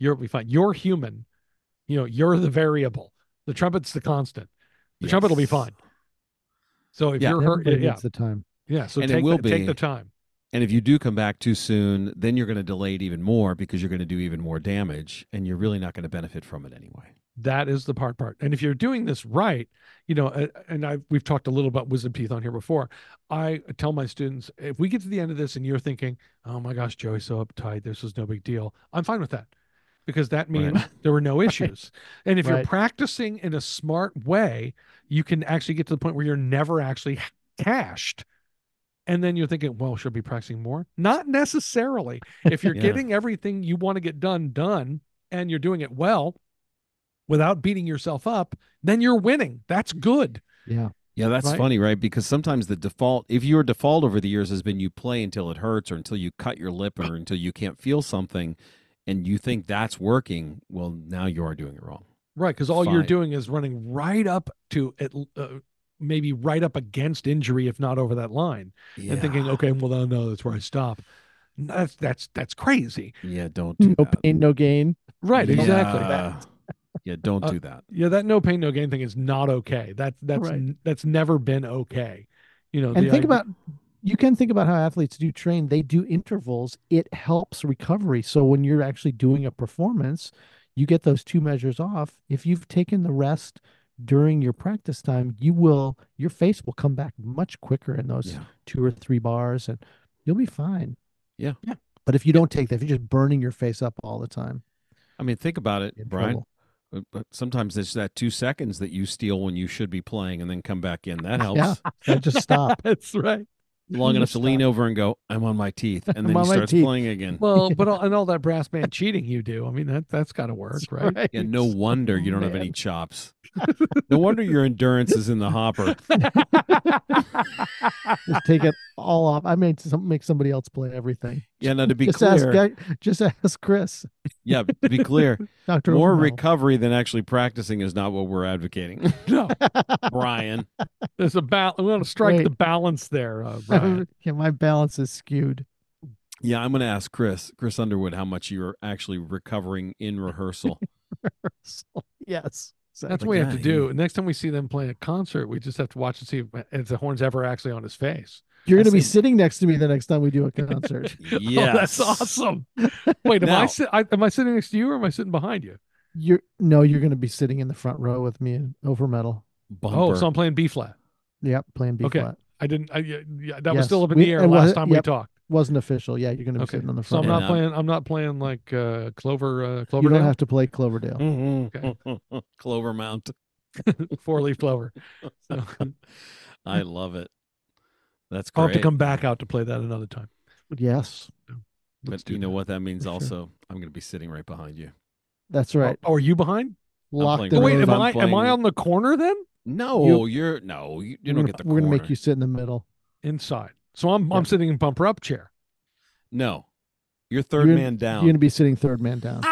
S2: You'll be fine. You're human. You know, you're the variable. The trumpet's the constant. The trumpet will be
S1: Yes.
S2: fine. So if
S1: Yeah.
S2: you're hurt,
S3: Everybody
S2: yeah,
S3: needs the time.
S2: yeah. So
S1: And it
S2: take
S1: will
S2: the, take
S1: be-
S2: the time.
S1: And if you do come back too soon, then you're going to delay it even more because you're going to do even more damage and you're really not going to benefit from it anyway.
S2: That is the part part. And if you're doing this right, you know, a- and I we've talked a little about wisdom teeth on here before. I tell my students, if we get to the end of this and you're thinking, "Oh my gosh, Joey's so uptight. This was no big deal," I'm fine with that, because that
S1: Right.
S2: means there were no issues. And if you're
S3: Right.
S2: practicing in a smart way, you can actually get to the point where you're never actually cashed. And then you're thinking, well, should I be practicing more? Not necessarily. If you're
S1: Yeah.
S2: getting everything you want to get done done and you're doing it well without beating yourself up, then you're winning. That's good.
S3: Yeah.
S1: Yeah, that's
S2: Right.
S1: funny, right? Because sometimes the default, if your default over the years has been you play until it hurts or until you cut your lip or until you can't feel something and you think that's working, well, now you are doing it wrong.
S2: Right. Because all you're
S1: Fine.
S2: doing is running right up to it, uh, maybe right up against injury, if not over that line, and thinking, okay, well, no, no, that's where I stop. That's that's that's crazy.
S1: yeah, don't do
S3: No
S1: that.
S3: pain, no gain.
S2: Right. Exactly.
S1: Yeah, yeah don't do that.
S2: yeah that no pain no gain thing is not okay that that's
S3: Right.
S2: n- that's never been okay you know
S3: And
S2: the
S3: think
S2: idea-
S3: about you can think about how athletes do train. They do intervals. It helps recovery. So when you're actually doing a performance, you get those two measures off. If you've taken the rest during your practice time, you will your face will come back much quicker in those
S1: Yeah.
S3: two or three bars and you'll be fine.
S1: Yeah.
S2: Yeah.
S3: But if you don't take that, if you're just burning your face up all the time,
S1: I mean, think about it,
S3: you're in
S1: Brian.
S3: trouble.
S1: But, but sometimes it's that two seconds that you steal when you should be playing and then come back in. That helps.
S3: Yeah. So just stop.
S2: that's right
S1: Long enough to lean over and go, I'm on my teeth. And then
S3: on
S1: he
S3: my
S1: starts
S3: teeth.
S1: playing again.
S2: well but all, and all that brass band cheating you do i mean that that's got to work right
S1: yeah, no wonder you don't have any
S3: Man.
S1: chops. No wonder your endurance is in the hopper.
S3: Just take it all off. I made some make somebody else play everything.
S1: Yeah, now to be
S3: just
S1: clear,
S3: ask Beck- just ask Chris,
S1: yeah, to be clear,
S3: Doctor.
S1: more recovery than actually practicing is not what we're advocating,
S2: no
S1: Brian.
S2: there's a bal we want to strike
S3: Right.
S2: the balance there uh, Brian.
S3: yeah, my balance is skewed.
S1: Yeah, I'm going to ask Chris, Chris Underwood, how much you're actually recovering in rehersal.
S3: So, yes,
S2: that's
S3: exactly.
S2: what we have to
S1: yeah,
S2: do next time we see them playing a concert we just have to watch and see if, if the horn's ever actually on his face
S3: You're gonna be
S1: That's it.
S3: sitting next to me the next time we do a concert.
S1: Yes.
S2: oh, that's awesome wait am
S1: Now-
S2: I, sit- I am i sitting next to you or am i sitting behind you
S3: you're no, you're gonna be sitting in the front row with me in over metal.
S1: Bumper.
S2: oh so i'm playing b flat
S3: Yep, playing B
S2: Okay.
S3: flat.
S2: I didn't. I, yeah, yeah, that
S3: Yes,
S2: was still up in
S3: we-
S2: the air
S3: it
S2: last
S3: was-
S2: time we
S3: yep.
S2: talked.
S3: Wasn't official. Yeah, you're gonna be
S2: Okay,
S3: sitting on the
S2: so
S3: front.
S2: I'm not
S1: Yeah.
S2: playing. I'm not playing like uh, Clover. Uh,
S3: you don't
S2: Cloverdale,
S3: have to play Cloverdale.
S2: Mm-hmm.
S1: Okay. Clover Mount.
S2: four leaf clover. So,
S1: I love it. That's
S2: I'll
S1: great.
S2: have to come back out to play that another time.
S3: Yes,
S2: Let's
S1: but
S2: do
S1: you know
S2: that.
S1: what that means
S3: For sure.
S1: also? I'm going to be sitting right behind you.
S3: that's right.
S2: Oh, are you behind?
S3: Locked
S1: playing-
S3: and
S2: Oh, wait,
S1: if
S2: am
S1: I'm
S3: loaded.
S2: I am I
S1: playing-
S2: on the corner then?
S1: No, you, are no, you, you
S3: we're
S1: don't
S3: gonna,
S1: get the
S3: we're gonna make
S1: corner.
S3: you sit in the middle.
S2: Inside. So I'm
S3: Yeah.
S2: I'm sitting in bumper up chair.
S1: No. You're 3rd
S3: You're-
S1: man down.
S3: You're gonna be sitting third man down.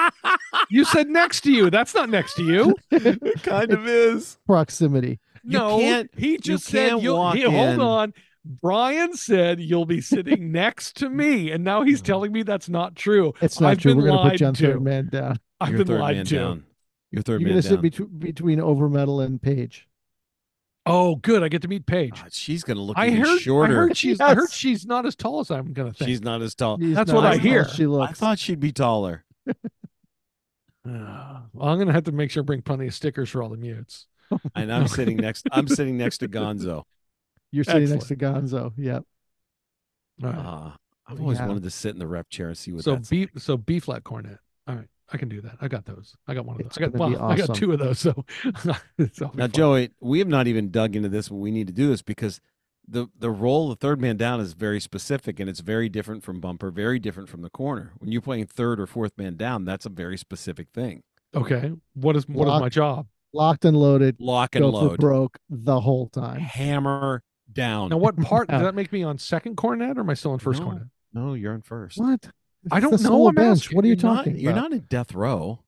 S2: You said next to you. That's not next to you.
S1: it kind of is.
S3: Proximity.
S1: You
S2: no,
S1: can't-
S2: he just
S1: can't
S2: said you'll,
S1: walk
S2: he, hold
S1: in.
S2: on. Brian said you'll be sitting next to me, and now he's
S1: No.
S2: telling me that's not true.
S3: It's not
S2: I've
S3: true.
S2: been
S3: We're gonna put you
S2: lied
S3: on
S2: to.
S3: third man down.
S2: I've
S1: You're
S2: been
S1: third man
S2: lied to.
S1: down. You're third
S3: You're
S1: man
S3: gonna sit
S1: down.
S3: between between Overmetal and Page.
S2: Oh, good. I get to meet Paige.
S1: God, Ah, she's going to look
S2: I
S1: even
S2: heard.
S1: shorter.
S2: I heard she's. I heard
S3: Yes.
S2: she's not as tall as I'm gonna think.
S1: she's not as tall.
S3: She's
S2: That's
S3: not
S2: what
S1: I
S3: as tall
S2: hear.
S3: as She
S1: I
S3: looks.
S1: thought she'd be taller.
S2: Uh, well, I'm gonna have to make sure I bring plenty of stickers for all the mutes.
S1: And I'm sitting next I'm sitting next to Gonzo.
S3: You're sitting next to Gonzo. Yep.
S2: All right.
S1: Uh, I've always
S3: Yeah.
S1: wanted to sit in the rep chair and see what
S2: so
S1: that's
S2: B so B flat cornet. All right, I can do that. I got those. I got one of those.
S3: It's
S2: I got
S3: gonna be
S2: well, I got
S3: awesome.
S2: two of those. So it's all
S1: Now,
S2: fun.
S1: Joey, we have not even dug into this. but We need to do this because the the role of third man down is very specific and it's very different from bumper, very different from the corner. When you're playing third or fourth man down, that's a very specific thing.
S2: Okay, what is what is
S3: Lock-
S2: my job?
S3: Locked and loaded.
S1: Lock and
S3: Go for
S1: load,
S3: broke the whole time.
S1: hammer down.
S2: Now, what part does
S3: Yeah.
S2: that make me on second cornet or am I still on first
S1: No,
S2: cornet?
S1: No, you're on first.
S3: What?
S2: I
S3: It's
S2: don't
S3: the
S2: know,
S3: solo
S2: I'm
S3: bench.
S2: asking.
S3: What are you
S1: You're not-
S3: talking
S1: You're
S3: about?
S1: not in death row.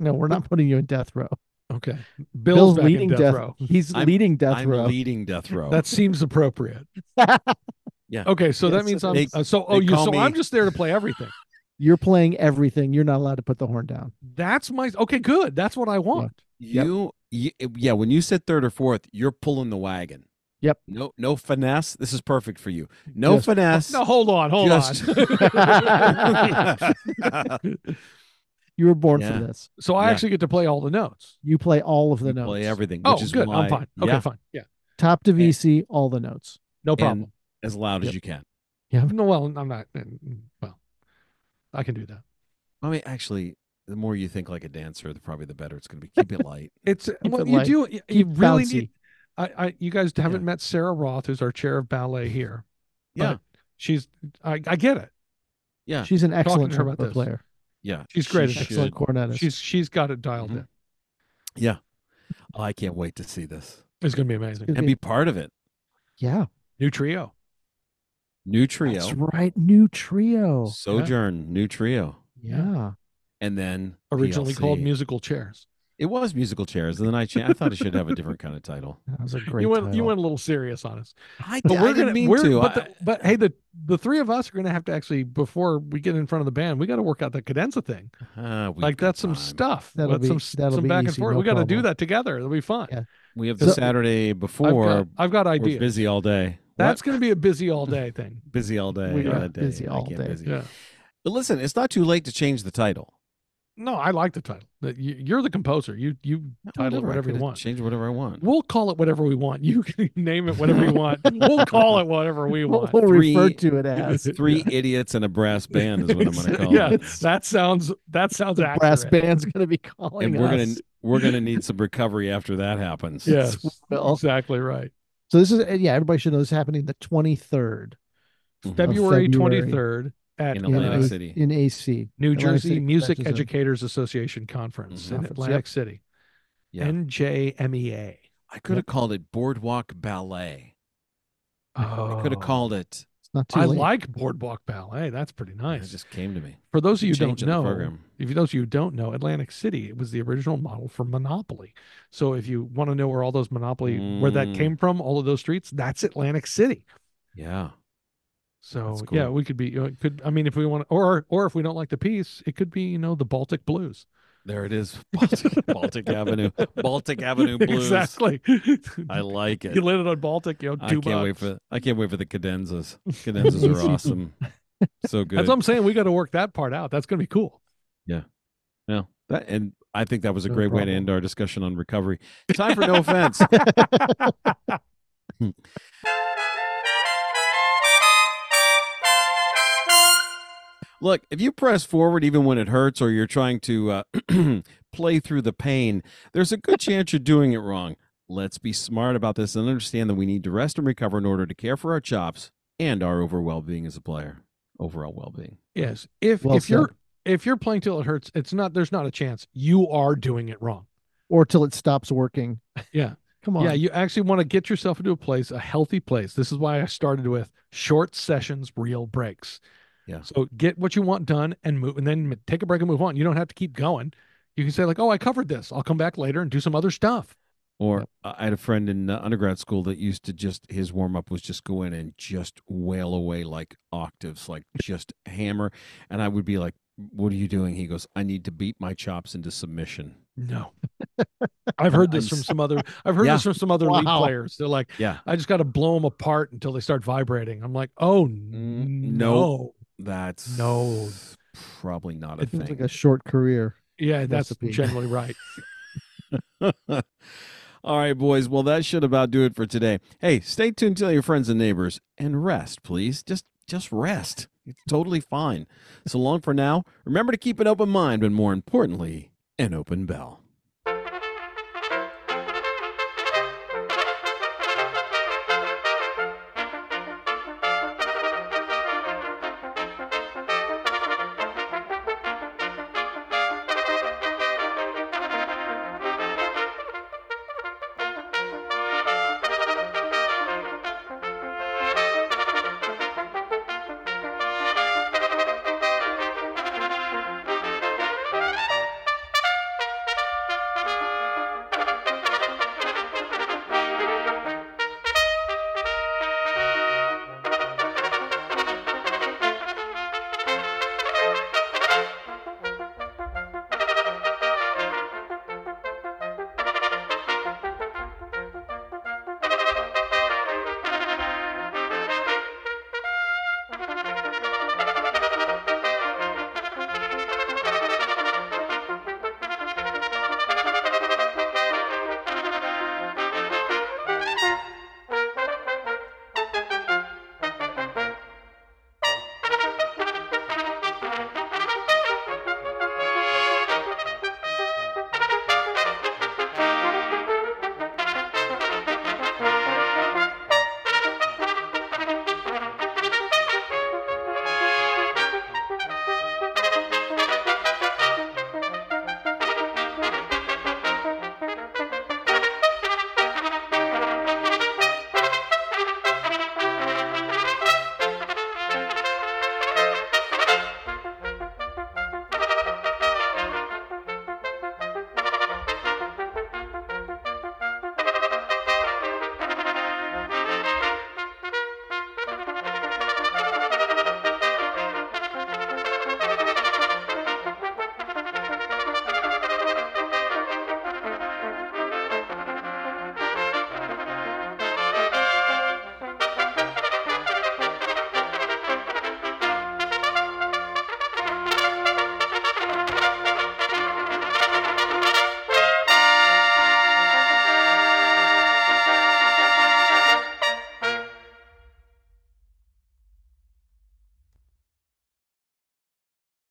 S3: No, we're not putting you in death row.
S2: Okay, Bill's, back in
S3: leading
S2: death,
S3: death-
S2: row.
S3: He's
S1: I'm-
S3: leading death
S1: I'm
S3: row.
S1: leading death row.
S2: That seems appropriate.
S1: Oh. Yeah.
S2: Okay, so that
S3: Yes,
S2: means
S3: it
S2: I'm
S1: is.
S2: uh, so oh
S1: they
S2: you
S1: call
S2: so I'm
S1: me-
S2: just there to play everything.
S3: You're playing everything. You're not allowed to put the horn down.
S2: That's my okay. Good. That's what I want.
S3: Yep.
S1: You, you, yeah. When you sit third or fourth, you're pulling the wagon.
S3: Yep.
S1: No, no finesse. This is perfect for you. No
S3: Just-
S1: finesse.
S2: No, hold on, hold
S1: Just-
S2: on.
S3: You were born
S1: Yeah.
S3: for this.
S2: so I
S1: Yeah.
S2: actually get to play all the notes.
S3: You play all of the
S1: You
S3: notes.
S1: play everything,
S2: Oh,
S1: which is
S2: good.
S1: why
S2: I'm fine. Okay,
S1: yeah,
S2: fine. Yeah,
S3: Top to VC, all the notes.
S2: no problem.
S1: as loud as
S3: Yep.
S1: you can.
S2: no, well, I'm not. Well, I can do that.
S1: I mean, actually, the more you think like a dancer, the probably the better it's going to be. Keep it light.
S2: It's well,
S3: it
S2: you
S3: light.
S2: do. You, you
S3: Keep
S2: really
S3: bouncy.
S2: need. I, I, you guys haven't
S1: Yeah.
S2: met Sarah Roth, who's our chair of ballet here.
S1: Yeah.
S2: but She's. I, I get it.
S1: Yeah,
S3: She's an excellent
S2: to her about
S3: trumpet
S2: this.
S3: player.
S1: yeah.
S2: she's great at it.
S1: should.
S3: Excellent cornetist.
S2: She's she's got it dialed
S1: Mhm.
S2: in.
S1: Yeah, oh, I can't wait to see this
S2: It's gonna be amazing.
S3: Good.
S1: and be part of it.
S3: yeah.
S2: New trio.
S1: New trio,
S3: That's right. New trio.
S1: Sojourn, new trio,
S3: Yeah.
S1: and then
S2: Originally called
S1: PLC.
S2: musical chairs.
S1: It was musical chairs, and then I cha- I thought it should have a different kind of title.
S3: That was a great
S2: you went you
S3: title.
S2: went a little serious on us.
S1: I,
S2: But
S1: I
S2: we're
S1: didn't
S2: gonna
S1: mean
S2: we're,
S1: to.
S2: But,
S1: I-
S2: the, but hey, the the three of us are gonna have to actually before we get in front of the band, we got to work out that cadenza thing.
S1: Ah, we've
S2: like
S1: got
S2: that's some
S1: time.
S2: stuff.
S3: That'll
S2: that's some
S3: be-
S2: s-
S3: that'll
S2: some
S3: be
S2: back and
S3: easy,
S2: forth.
S3: no
S2: we got to do
S3: problem.
S2: that together. It'll be fun.
S3: Yeah.
S1: We have the
S3: So-
S1: Saturday
S2: I've
S1: before.
S2: got, I've got
S1: we're
S2: ideas.
S1: busy all day.
S2: That's
S1: What?
S2: going to be a busy all day thing.
S1: busy all day.
S3: We
S1: all
S3: are
S1: that day.
S3: busy
S1: I
S3: all
S1: get
S3: day.
S1: busy.
S2: Yeah.
S1: But listen, it's not too late to change the title.
S2: No, I like the title. That you- You're the composer. You you title it
S1: Whatever, I
S2: whatever you
S1: could've
S2: want.
S1: Changed whatever I want.
S2: We'll call it whatever we want. You can name it whatever you want. We'll call it whatever we
S3: We'll
S2: want.
S3: we'll
S1: Three-
S3: refer to it as
S1: Three idiots and a brass band is what I'm going to call
S2: yeah,
S1: it.
S2: that sounds that sounds
S3: the brass
S2: accurate.
S3: band's going to be calling
S1: And we're
S3: us.
S1: going to we're going to need some recovery after that happens.
S2: Yes,
S3: Well-
S2: exactly right.
S3: So this is yeah. Everybody should know this is happening the 23rd
S1: Mhm.
S2: February
S3: February.
S2: twenty third at
S1: In
S2: uh,
S1: Atlantic
S3: in, A-
S1: City.
S3: in AC.
S2: New
S3: Atlantic
S2: Jersey
S3: City
S2: Music
S3: Convention Center.
S2: Educators Association conference
S1: Mhm.
S2: in
S3: Conference,
S2: Atlantic
S3: yep.
S2: City.
S1: Yeah.
S2: NJMEA.
S1: I could have called it Boardwalk Ballet. I could have
S2: Oh.
S1: called it.
S3: It's not too
S2: I
S3: late.
S2: like Boardwalk Ballet. That's pretty
S1: It
S2: nice.
S1: just came to me.
S2: For those of you who
S1: Change
S2: don't
S1: in the
S2: know,
S1: program.
S2: if you those of you who don't know, Atlantic City it was the original model for Monopoly. So if you want to know where all those Monopoly where that
S1: Mm.
S2: came from, all of those streets, that's Atlantic City.
S1: Yeah.
S2: So
S1: That's
S2: yeah,
S1: cool.
S2: we could be uh, could I mean if we want or or if we don't like the piece, it could be you know the Baltic Blues.
S1: There it is. Baltic, Baltic Avenue. Baltic Avenue Blues.
S2: exactly.
S1: I like it.
S2: you landed on Baltic, you know,
S1: I can't wait
S2: Duba.
S1: for I can't wait for the cadenzas. Cadenzas are awesome. So good.
S2: That's what I'm saying. We got to work that part out. That's going to be cool.
S1: Yeah. That and I think that was a
S3: No
S1: great way to
S3: problem.
S1: end our discussion on recovery. Time for no offense. Look, if you press forward even when it hurts or you're trying to uh, play through the pain, there's a good chance you're doing it wrong. Let's be smart about this and understand that we need to rest and recover in order to care for our chops and our overall well-being as a player. Overall well-being.
S2: Yes. If
S3: Well
S2: if you're if you're playing till it hurts, it's not there's not a chance. You are doing it wrong.
S3: or till it stops working.
S2: Yeah.
S3: Come on.
S2: Yeah, you actually want to get yourself into a place, a healthy place. This is why I started with short sessions, real breaks.
S1: Yeah.
S2: So get what you want done and move, and then m- take a break and move on. You don't have to keep going. You can say like, "Oh, I covered this. I'll come back later and do some other stuff."
S1: Or uh, I had a friend in uh, undergrad school that used to just his warm up was just go in and just wail away like octaves, like just hammer. And I would be like, "What are you doing?" He goes, "I need to beat my chops into submission."
S2: No, I've heard this
S1: I'm
S2: from
S1: s-
S2: some other. I've heard
S1: Yeah.
S2: this from some other league
S3: Wow.
S2: players. They're like,
S1: Yeah.
S2: "I just got to blow them apart until they start vibrating." I'm like, "Oh
S3: Mm,
S1: no.
S2: no,
S1: That's
S2: No.
S1: probably not a
S2: It
S1: thing.
S3: Seems like a short career.
S2: yeah, that's
S3: Recipe.
S2: generally right."
S1: All right, boys. Well, that should about do it for today. Hey, stay tuned, tell your friends and neighbors, and rest, please. Just just rest. It's totally fine. So long for now. Remember to keep an open mind, but more importantly, an open bell.